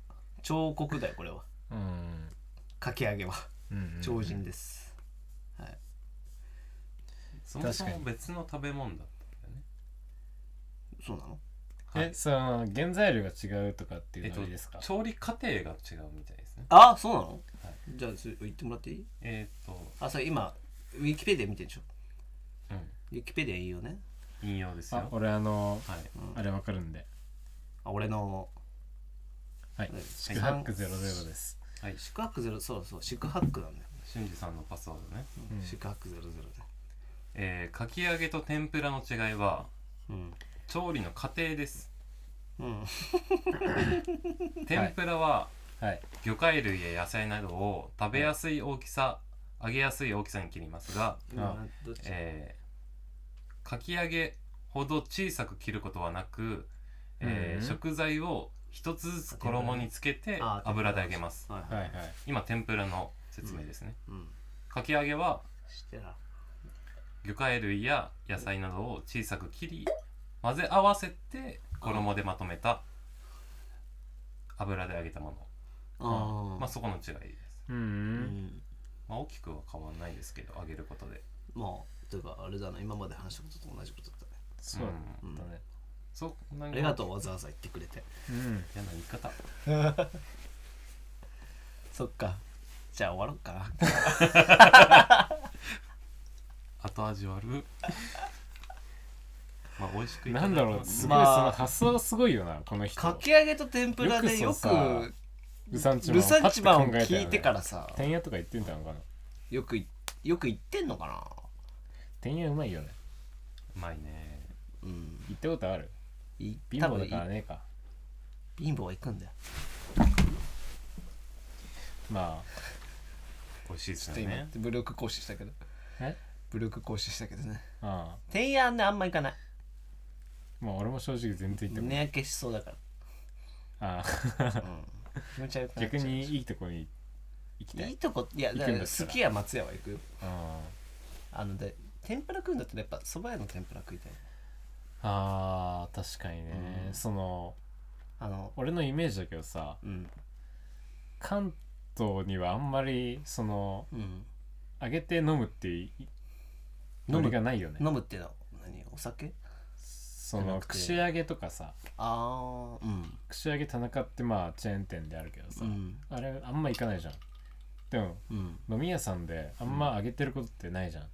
Speaker 2: 彫刻だよこれは
Speaker 4: うん
Speaker 2: かき揚げは
Speaker 4: うんうんうん
Speaker 2: 超人です、はい
Speaker 1: そもそ
Speaker 4: 確か
Speaker 1: も
Speaker 4: に
Speaker 1: 別の食べ物だったんだよね
Speaker 2: そうなの
Speaker 1: はい
Speaker 4: えその原材料が違うとかってい
Speaker 1: えっ
Speaker 4: うのはいいですか
Speaker 1: と調理過程が違うみたいですね
Speaker 2: あそうなの、
Speaker 1: はい
Speaker 2: じゃあそれ言ってもらっていい
Speaker 1: えっと
Speaker 2: あそれ今ウィキペディア見てるでしょ
Speaker 1: うん
Speaker 2: ウィキペディアいいよね
Speaker 1: 引用です
Speaker 4: あ
Speaker 1: よ
Speaker 4: 俺あの
Speaker 1: はい
Speaker 4: あれわかるんで
Speaker 2: あ俺の
Speaker 4: はい
Speaker 2: はい
Speaker 4: 宿泊ゼロゼロです
Speaker 1: はい
Speaker 2: 宿泊ゼロそうそう宿泊なんだよ、
Speaker 1: 俊二さんのパスワードね
Speaker 4: うん
Speaker 2: 宿泊ゼロゼロで
Speaker 1: えーかき揚げと天ぷらの違いは
Speaker 2: うん
Speaker 1: 調理の過程です
Speaker 2: うん
Speaker 1: 天ぷらは
Speaker 4: はい
Speaker 1: 魚介類や野菜などを食べやすい大きさ揚げやすい大きさに切りますが、
Speaker 2: 今どっち、
Speaker 1: えーかき揚げほど小さく切ることはなく、えー
Speaker 4: うん
Speaker 1: 食材を一つずつ衣につけて
Speaker 2: あー
Speaker 1: 油で揚げます
Speaker 2: はい
Speaker 4: はい
Speaker 2: は
Speaker 4: はいい
Speaker 1: 今天ぷらの説明ですね、
Speaker 2: うん
Speaker 1: かき揚げは
Speaker 2: してな
Speaker 1: 魚介類や野菜などを小さく切り混ぜ合わせて衣でまとめた油で揚げたものまあ
Speaker 2: あ
Speaker 1: そこの違いです、
Speaker 4: う
Speaker 2: ーうんん
Speaker 1: まあ、大きくは変わらないですけど揚げることで
Speaker 2: まあというかあれだな今まで話したことと同じことだったね
Speaker 4: そうだね
Speaker 1: そうなん
Speaker 2: あ
Speaker 1: か
Speaker 2: りがとうわざわざ言ってくれて
Speaker 4: うん
Speaker 1: 嫌な言い方
Speaker 2: そっかじゃあ終わろうか な
Speaker 1: 後味 悪いまあ美味しくいただ
Speaker 4: なん
Speaker 1: き
Speaker 4: だろう
Speaker 1: ます
Speaker 4: すごい
Speaker 2: まあ
Speaker 4: その発想がすごいよなこの人
Speaker 2: かき揚げと天ぷらでよ
Speaker 4: よくそうさ
Speaker 2: く
Speaker 4: ルサンチマン
Speaker 2: ルサンチマンを
Speaker 4: パッて考えたよ
Speaker 2: 聞
Speaker 4: ね
Speaker 2: いてからさ
Speaker 4: てんやとか言ってんだのかな
Speaker 2: よくいよく言ってんのかな
Speaker 4: てんやうまいよね
Speaker 1: うまいね
Speaker 2: うん
Speaker 4: 行ったことある
Speaker 2: い
Speaker 4: 貧
Speaker 2: 多
Speaker 4: 乏
Speaker 2: 分
Speaker 4: だから
Speaker 2: い
Speaker 4: ねえか
Speaker 2: 貧乏は行くんだよ
Speaker 4: ま
Speaker 1: 美味しいで
Speaker 2: ち
Speaker 1: す
Speaker 2: ょっ
Speaker 1: よ
Speaker 2: と今
Speaker 1: ね
Speaker 2: 武力行使したけど
Speaker 4: あえ
Speaker 2: 武力行使したけどね
Speaker 4: ああ
Speaker 2: てんやんねあんま行かない
Speaker 4: まあ俺も正直全然行ったことない、
Speaker 2: 値上げしそうだか
Speaker 4: あ
Speaker 2: ら、
Speaker 4: あ
Speaker 2: うん、気持ち悪くなっち
Speaker 4: 逆
Speaker 2: ゃう
Speaker 4: にいいとこに行きた
Speaker 2: い
Speaker 4: い
Speaker 2: いとこいや
Speaker 4: 行くん
Speaker 2: だ
Speaker 4: だ
Speaker 2: か
Speaker 4: った
Speaker 2: ら
Speaker 4: ら
Speaker 2: 好きや松屋は行くよ
Speaker 4: あ
Speaker 2: あので天ぷら食うんだったらやっぱ蕎麦屋の天ぷら食いたい
Speaker 4: ああ確かにね、
Speaker 2: うん
Speaker 4: その
Speaker 2: あの
Speaker 4: 俺のイメージだけどさ
Speaker 2: うん
Speaker 4: 関東にはあんまりその
Speaker 2: うん
Speaker 4: 揚げて飲むってい
Speaker 2: 飲む
Speaker 4: ノリがないよね
Speaker 2: 飲むっていうのは何お酒
Speaker 4: そ
Speaker 2: じゃな
Speaker 4: の
Speaker 2: くて
Speaker 4: 串揚げとかさ
Speaker 2: ああうん
Speaker 4: 串揚げ田中ってまあチェーン店であるけどさ、
Speaker 2: うん
Speaker 4: あれあんま行かないじゃんでも
Speaker 2: うん
Speaker 4: 飲み屋さんであんま揚げてることってないじゃん、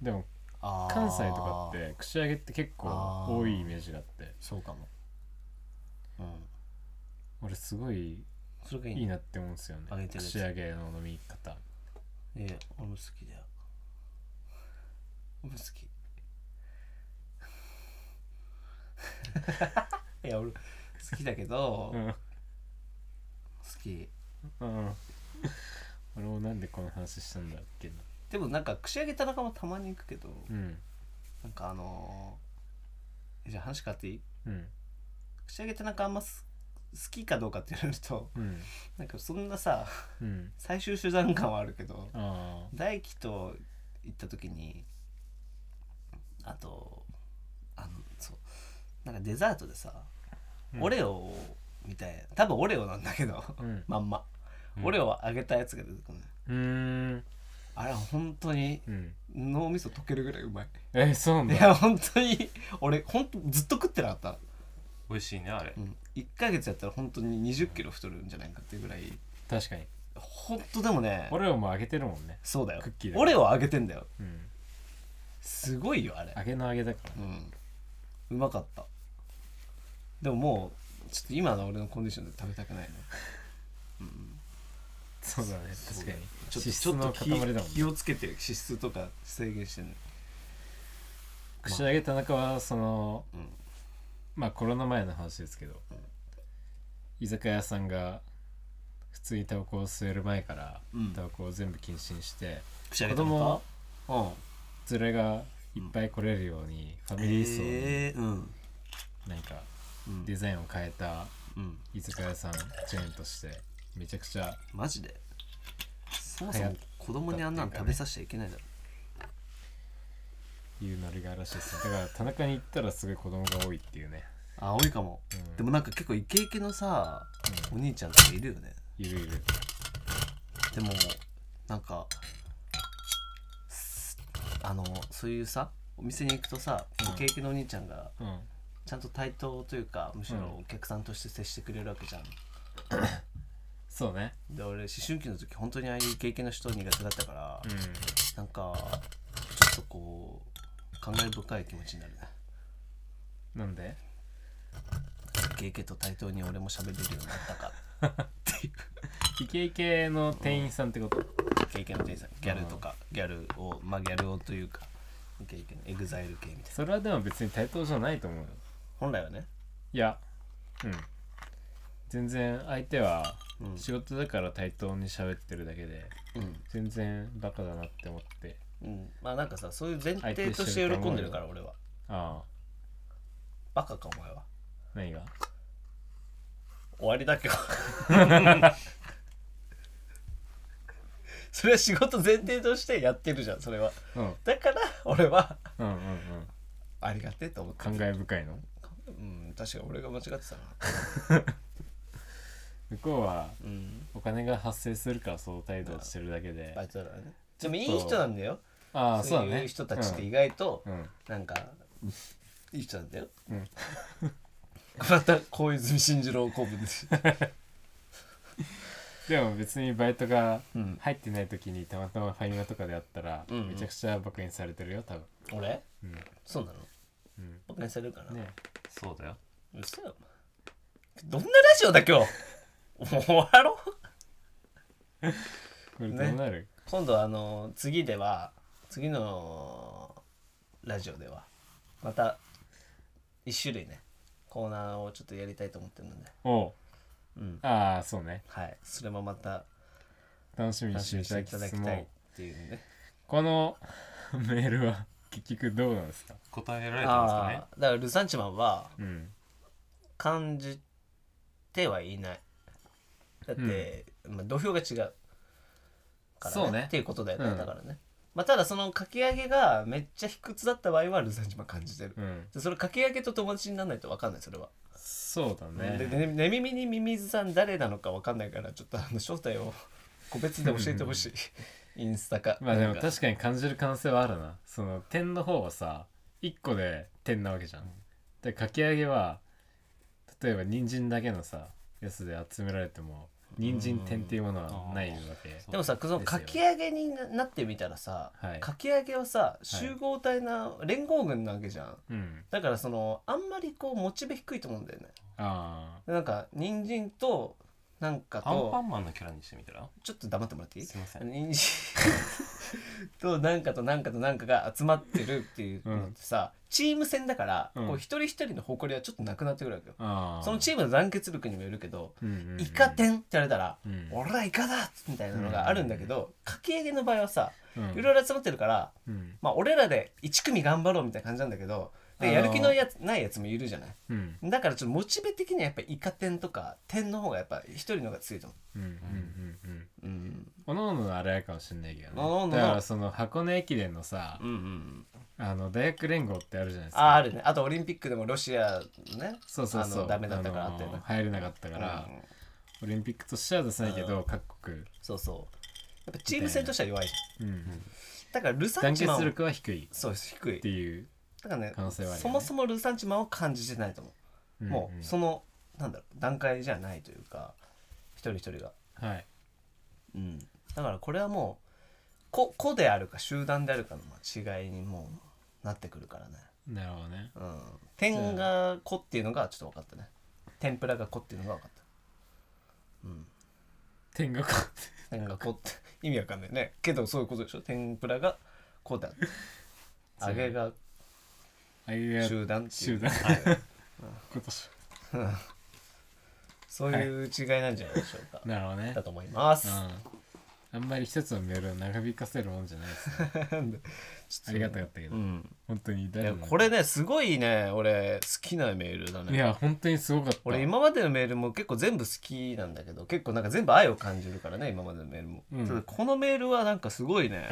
Speaker 4: でも
Speaker 2: あー
Speaker 4: 関西とかって串揚げって結構多いイメージがあって
Speaker 2: そうかもうん
Speaker 4: 俺すごい
Speaker 2: それがいい
Speaker 4: い
Speaker 2: ね
Speaker 4: いなって思うんですよ
Speaker 2: 揚げ
Speaker 4: ね
Speaker 2: てるやつ
Speaker 4: 串揚げの飲み方
Speaker 2: いや俺も好きだよ俺も好き いや俺好きだけど、
Speaker 4: うん、
Speaker 2: 好き
Speaker 4: うん、俺もなんでこの話したんだっけな
Speaker 2: でもなんか串揚げ田中もたまに行くけど、
Speaker 4: うん
Speaker 2: なんかあのー、えじゃあ話変わっていい
Speaker 4: うん
Speaker 2: 串揚げ田中あんます好きかどうかって言われると
Speaker 4: うん
Speaker 2: なんかそんなさ
Speaker 4: うん
Speaker 2: 最終手段感はあるけど
Speaker 4: あ
Speaker 2: 大輝と行った時にあとあのそうなんかデザートでさ、
Speaker 4: うん
Speaker 2: オレオみたいな多分オレオなんだけど、
Speaker 4: あうん
Speaker 2: まんま、
Speaker 1: うん
Speaker 2: オレオは揚げたやつが出てくるのよ
Speaker 4: うーん
Speaker 2: あれは本当に
Speaker 4: うん
Speaker 2: 脳みそ溶けるぐらいうまい
Speaker 4: えそう
Speaker 2: い
Speaker 4: なんだ
Speaker 2: や本当に俺本当ずっと食ってなかった、
Speaker 1: 美味しいねあれ
Speaker 2: うん、1ヶ月やったら本当に2 0キロ太るんじゃないかっていうぐらい
Speaker 4: 確かに
Speaker 2: 本当でもね
Speaker 4: 俺らも揚げてるもんね
Speaker 2: そうだよ
Speaker 4: クッキーだよ
Speaker 2: 俺を揚げてんだよ
Speaker 4: うん
Speaker 2: すごいよあれ
Speaker 4: 揚げの揚げだから
Speaker 2: うんうまかったでももうちょっと今の俺のコンディションで食べたくないね
Speaker 4: そうだね
Speaker 2: そう
Speaker 4: 確かに
Speaker 2: ちょっと
Speaker 4: 脂質
Speaker 2: ちょ
Speaker 4: の塊
Speaker 2: っと気
Speaker 4: だもん
Speaker 2: 気
Speaker 4: ね
Speaker 2: をつけて脂質とか制限してね
Speaker 4: 串揚げ田中はその
Speaker 2: うん
Speaker 4: まあコロナ前の話ですけど、居酒屋さんが普通にタバコを吸える前から
Speaker 2: うん
Speaker 4: タバコを全部禁止にして、
Speaker 2: 串揚げ
Speaker 4: 子
Speaker 2: 食べ
Speaker 4: 供
Speaker 2: たうん
Speaker 4: 連れがいっぱい来れるように、ファミリー層に
Speaker 2: えー、うん
Speaker 4: なんか
Speaker 2: うん
Speaker 4: デザインを変えた
Speaker 2: うん
Speaker 4: 居酒屋さんチェーンとしてめちゃくちゃ
Speaker 2: マジでそもそも子供にあんなの食べさせちゃいけないだろ
Speaker 4: 言うノリがあるらしいですねだから田中に行ったらすごい子供が多いっていうね、
Speaker 2: あ多いかも、
Speaker 4: うん
Speaker 2: でもなんか結構イケイケのさ、お兄ちゃんとかいるよね
Speaker 4: ゆるゆる
Speaker 2: でもなんかすあのそういうさお店に行くとさ、
Speaker 4: うん
Speaker 2: イケイケのお兄ちゃんが
Speaker 4: うん
Speaker 2: ちゃんと対等というかむしろ
Speaker 4: う
Speaker 2: お客さんとして接してくれるわけじゃん、
Speaker 4: そうね
Speaker 2: で俺思春期の時本当にああいうイケイケの人苦手だったから、
Speaker 4: うん
Speaker 2: なんかちょっとこう感慨深い気持ちになるね
Speaker 4: なんで
Speaker 2: イケイケと対等に俺も喋れるようになったかっていう
Speaker 4: イケイケの店員さんってこと、
Speaker 2: 経験の店員さんギャルとかギャルをまあギャルをというか経験のエグザイル系みたいな
Speaker 4: それはでも別に対等じゃないと思うよ
Speaker 2: 本来はね
Speaker 4: いやうん全然相手は
Speaker 2: うん
Speaker 4: 仕事だから対等に喋ってるだけで
Speaker 2: うん、
Speaker 4: 全然バカだなって思って
Speaker 2: うん、まあなんかさそういう前提として喜んでるから俺は
Speaker 4: ああ
Speaker 2: バカかお前は
Speaker 4: 何が
Speaker 2: 終わりだ けどそれは仕事前提としてやってるじゃんそれは
Speaker 4: うんうん
Speaker 2: だから俺は
Speaker 4: うんうん
Speaker 2: ありがてえと思って
Speaker 4: 感慨深いの
Speaker 2: うん確か俺が間違ってたな
Speaker 4: 向こうは
Speaker 2: うん
Speaker 4: お金が発生するからそう態度をしてるだけで
Speaker 2: バイトだからねでもいい人なんだよ
Speaker 4: ああそうだ
Speaker 2: い
Speaker 4: ね
Speaker 2: う人たちって意外と
Speaker 4: うんうん
Speaker 2: なんかいい人なんだよ、
Speaker 4: うん
Speaker 2: また小泉進次郎公文です
Speaker 4: でも別にバイトが
Speaker 2: うん
Speaker 4: 入ってない時にたまたまファイマとかであったら
Speaker 2: うんうん
Speaker 4: めちゃくちゃバカにされてるよ多分
Speaker 2: 俺
Speaker 4: うん
Speaker 2: そうなの
Speaker 4: うん
Speaker 2: バカにされるかな、
Speaker 4: ね
Speaker 1: そうだよ
Speaker 2: うそよお前どんなラジオだ今日 もう終わろう
Speaker 4: これどうなる
Speaker 2: 今度はあの次では次のラジオではまた一種類ねコーナーをちょっとやりたいと思ってるので
Speaker 4: おう
Speaker 2: うん
Speaker 4: ああそうね
Speaker 2: はいそれもまた
Speaker 4: 楽しみに
Speaker 2: 楽
Speaker 4: し
Speaker 2: してみ
Speaker 4: い
Speaker 2: にしたて
Speaker 4: だ
Speaker 2: い
Speaker 4: き
Speaker 2: ただ
Speaker 4: つつ
Speaker 2: きたい
Speaker 4: も
Speaker 2: っていうね
Speaker 4: この メールは結局どうなんですか
Speaker 1: 答えられたんですかね
Speaker 2: ああーだからルサンチマンは
Speaker 4: うん
Speaker 2: 感じてはいないだって、まあ、土俵が違うから、ね、
Speaker 4: そうね
Speaker 2: っていうことだよね、
Speaker 4: うん
Speaker 2: だからね、まあ、ただそのかき揚げがめっちゃ卑屈だった場合はルサンチマン感じてる、
Speaker 4: うん
Speaker 2: でそれかき揚げと友達にならないと分かんないそれは、
Speaker 4: そうだ
Speaker 2: で
Speaker 4: ね
Speaker 2: で寝耳にミミズさん誰なのか分かんないからちょっとあの正体を個別で教えてほしいインスタか
Speaker 4: まあで
Speaker 2: な
Speaker 4: も
Speaker 2: んか
Speaker 4: 確かに感じる可能性はあるなその点の方はさ1個で点なわけじゃんでかき揚げは例えば人参だけのさやつで集められても人参点っていうものはないわけ
Speaker 1: そう
Speaker 2: でもさその
Speaker 4: です
Speaker 2: か
Speaker 4: よ
Speaker 2: き揚げにななってみたらさ、
Speaker 4: はい
Speaker 2: かき揚げはさ集合体な連合軍なわけじゃん、
Speaker 4: うん
Speaker 2: だからそのあんまりこうモチベ低いと思うんだよね
Speaker 4: あ
Speaker 2: なんか人参となんか
Speaker 1: アンパ
Speaker 2: と
Speaker 1: ンマンのキャラにしてみたら
Speaker 2: ちょっと黙ってもらっていい
Speaker 1: すいません
Speaker 2: 人参 となんかとなんかとなんかが集まってるっていうのってさ、チーム戦だから、
Speaker 4: うん
Speaker 2: こう一人一人の誇りはちょっとなくなってくるわけよ
Speaker 4: ーあ
Speaker 2: そのチ
Speaker 4: ー
Speaker 2: ームの団結力にもよるけど、
Speaker 4: ム
Speaker 2: イカ天って言われたら、
Speaker 4: うん
Speaker 2: 俺らイカだみたいなのがあるんだけど、かき揚げの場合はさ、
Speaker 4: うん
Speaker 2: いろいろ集まってるから
Speaker 4: うん
Speaker 2: まあ俺らで1組頑張ろうみたいな感じなんだけどで
Speaker 4: あのー
Speaker 2: やる気のやつないやつもいるじゃない
Speaker 4: うん
Speaker 2: だからちょっとモチベ的にはやっぱイカ天とか天の方がやっぱ一人の方が強いと思
Speaker 4: うんうんうんうん
Speaker 2: う。うん
Speaker 4: おのおののあれやかもしれないけど
Speaker 2: おのおのの
Speaker 4: ねだからその箱根駅伝のさ
Speaker 2: うんうん。
Speaker 4: あの大学連合ってあるじゃないです
Speaker 2: あ
Speaker 4: か
Speaker 2: あるね。あとオリンピックでもロシアね。
Speaker 4: そうそう
Speaker 2: あ
Speaker 4: そ
Speaker 2: の
Speaker 4: う
Speaker 2: ダメだったからあったよね
Speaker 4: あの入れなかったから
Speaker 2: うん
Speaker 4: オリンピックとしては出せないけど各国
Speaker 2: そうそう。やっぱチーム戦としては弱いじゃ
Speaker 4: うん
Speaker 2: ん。だからルサ
Speaker 4: 団
Speaker 2: ンチ
Speaker 4: 結
Speaker 2: マンを
Speaker 4: 力は低いっ
Speaker 2: そうです低い
Speaker 4: て。いう
Speaker 2: だからね
Speaker 4: 可能性はあるよね
Speaker 2: そもそもルサンチマンを感じてないと思う。もうそのなんだろう段階じゃないというか一人一人が。
Speaker 4: うんはい
Speaker 2: うん。だからこれはもう個個であるか集団であるかの違いにもうなってくるからね。
Speaker 4: なるほどね
Speaker 2: うん天が子っていうのがちょっと分かったね天ぷらが子っていうのが分かった
Speaker 4: 天国
Speaker 2: 天が子って意味わかんないねけどそういうことでしょ天ぷらが子だ揚げが
Speaker 4: あいや
Speaker 2: 集団ってい
Speaker 4: 集
Speaker 2: う
Speaker 4: 団
Speaker 2: はい
Speaker 4: 今年
Speaker 2: そういう違いなんじゃないでしょうか、
Speaker 4: なるほどね
Speaker 2: だと思います、
Speaker 4: うんあんまり一つのメールを長引かせるもんじゃないですねありがたかったけ
Speaker 2: う
Speaker 4: ど
Speaker 2: ん、
Speaker 4: 本当に
Speaker 2: い
Speaker 4: 誰
Speaker 2: や
Speaker 4: も
Speaker 2: これねすごいね俺好きなメールだ
Speaker 4: い
Speaker 2: ね
Speaker 4: や本当にすごかった
Speaker 2: 俺今までのメールも結構全部好きなんだけど結構なんか全部愛を感じるからね今までのメールも、
Speaker 4: うん
Speaker 2: ただこのメールはなんかすごいね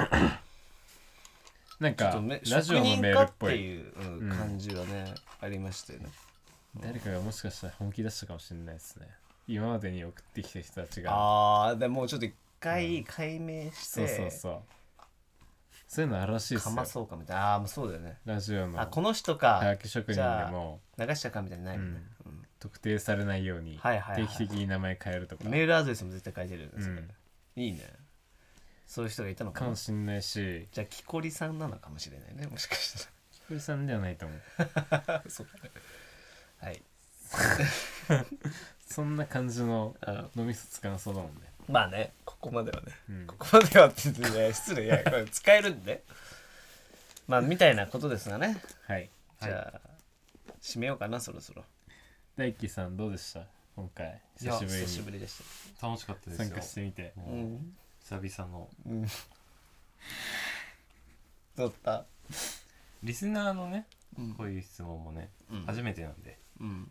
Speaker 4: なん
Speaker 2: ちょっ
Speaker 4: か
Speaker 2: とめ職
Speaker 4: ラジオの
Speaker 2: 人
Speaker 4: メ
Speaker 2: か
Speaker 4: ールっ
Speaker 2: っ
Speaker 4: ぽ
Speaker 2: て
Speaker 4: い
Speaker 2: いううん感じはね、ありましたよね。
Speaker 4: 誰かがもしかしたら本気出したかもしれないですね今までに送ってきた人たちが
Speaker 2: ああでもうちょっと一回解明し
Speaker 4: そうそう
Speaker 2: て
Speaker 4: そうそういうのあるらしいっす
Speaker 2: か
Speaker 4: よ
Speaker 2: まそうかみたいなああーもうそうだよね。
Speaker 4: ラジオの
Speaker 2: あこ
Speaker 4: は
Speaker 2: の人か
Speaker 4: がき職人
Speaker 2: じゃ
Speaker 4: で
Speaker 2: あ
Speaker 4: も
Speaker 2: 流したかみたいなのないよね、
Speaker 4: 特定されないように
Speaker 2: はいはいはい
Speaker 4: 定期的に名前変えるとか
Speaker 2: メールアドレスも絶対書いてるよねそれ
Speaker 4: うん
Speaker 2: いいね。そういう人がいたのか
Speaker 4: か
Speaker 2: な
Speaker 4: も。しんないし
Speaker 2: じゃあきこりさんなのかもしれないねもしかしたら。
Speaker 4: ひくりさんではないと思う
Speaker 2: そうだね。 はい。
Speaker 4: そんな感じの
Speaker 2: うん
Speaker 4: 脳みそつかなそうだもんね
Speaker 2: まあねここまではね。
Speaker 4: うん
Speaker 2: ここまではって言ってね失礼いやこれ使えるんで。まあみたいなことですがね。
Speaker 4: はい
Speaker 2: じゃあ、締めようかな、そろそろ。
Speaker 4: 大輝さんどうでした今回
Speaker 1: いや
Speaker 4: 久しぶり
Speaker 2: 久
Speaker 4: に
Speaker 2: しぶりでし
Speaker 1: 楽しかった
Speaker 4: 参
Speaker 1: で
Speaker 4: 加し
Speaker 1: すよ
Speaker 4: てみて
Speaker 2: た。う。
Speaker 1: もうん久々の
Speaker 2: うん。どうだった
Speaker 1: リスナーのね
Speaker 2: うん
Speaker 1: こういう質問もね、
Speaker 2: うん
Speaker 1: 初めてなんで
Speaker 2: うん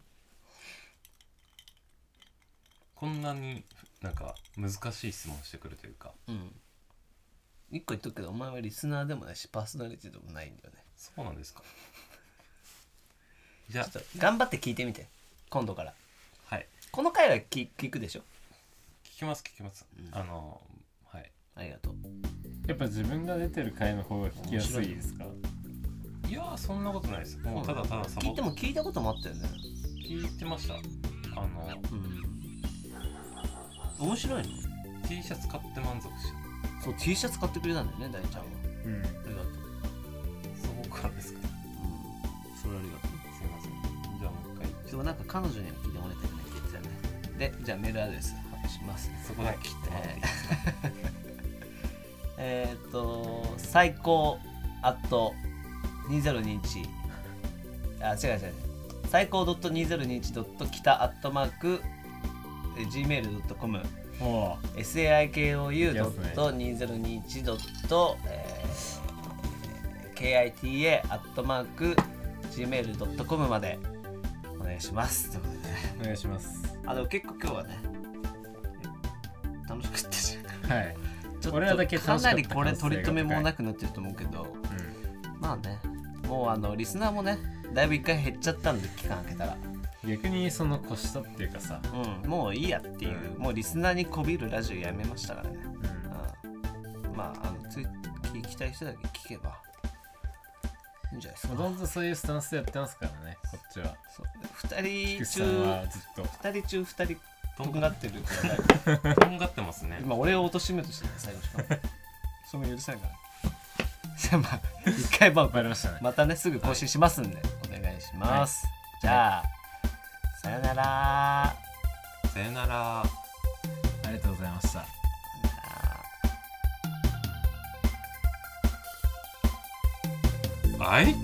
Speaker 1: こんなになんか難しい質問してくるというか
Speaker 2: うん一個言っとくけどお前はリスナーでもないしパーソナリティでもないんだよね
Speaker 1: そうなんですかじゃ
Speaker 2: ちょっと頑張って聞いてみて今度から
Speaker 1: あはい
Speaker 2: この回は聞聞くでしょ
Speaker 1: 聞きます聞きます、あのはい
Speaker 2: ありがとう
Speaker 4: やっぱ自分が出てる回の方が聞きやすいですか
Speaker 1: いやーそんなことないですもうただただサボ
Speaker 2: 聞いても聞いたこともあったよね
Speaker 1: 聞いてましたあの
Speaker 2: うん面白いの
Speaker 1: T シャツ買って満足し
Speaker 2: そう T シャツ買ってくれたんだよね大ちゃんは
Speaker 4: うん
Speaker 2: ありがとう
Speaker 1: そうからですか
Speaker 2: うんそれありがとう
Speaker 1: すいませんじゃあもう一回
Speaker 2: そうなんか彼女には聞いてもらいたいね聞いてたねでじゃあメールアドレス発表します
Speaker 1: そこだけ切ってもらっていいですか、
Speaker 2: えーっと最高アット2021あ違う違う違う最高 .2021. 北アットマーク gmail.com
Speaker 4: お
Speaker 2: saikou.2021.kita.gmail.com までお願いします。ということでね
Speaker 4: お願いします
Speaker 2: あ、でも結構今日はね、楽しかったじゃん。
Speaker 4: はい
Speaker 2: ちょっと
Speaker 4: 俺らだけ楽しか
Speaker 2: か
Speaker 4: った
Speaker 2: なりこれ
Speaker 4: 感性が高い
Speaker 2: 取り留めもなくなってると思うけど、まあね、もうあのリスナーもね、だいぶ一回減っちゃったんで、期間空けたら。
Speaker 4: うん逆にその越したっていうかさ
Speaker 2: うん、もういいやっていう、
Speaker 4: うん
Speaker 2: もうリスナーにこびるラジオやめましたからね。
Speaker 4: うん
Speaker 2: うんまああのつい聞きたい人だけ聞けばいいんじゃないです
Speaker 4: も
Speaker 2: か
Speaker 4: ともとそういうスタンスでやってますからねこっちは
Speaker 2: そう2
Speaker 4: 菊
Speaker 2: 人
Speaker 4: 池さん
Speaker 2: 中
Speaker 4: はずっと
Speaker 2: 二人中2人
Speaker 1: と
Speaker 2: と
Speaker 1: ん
Speaker 2: く
Speaker 1: が
Speaker 2: な ってる
Speaker 1: とんがってますね
Speaker 2: 今俺を貶としめようとしてる最後し かもその許せないからじ ゃあまあ一回まあ
Speaker 4: わかりましたね
Speaker 2: またねすぐ更新しますんで、お願いします、じゃあさよなら
Speaker 1: さよなら
Speaker 4: ありがとうございました
Speaker 1: はい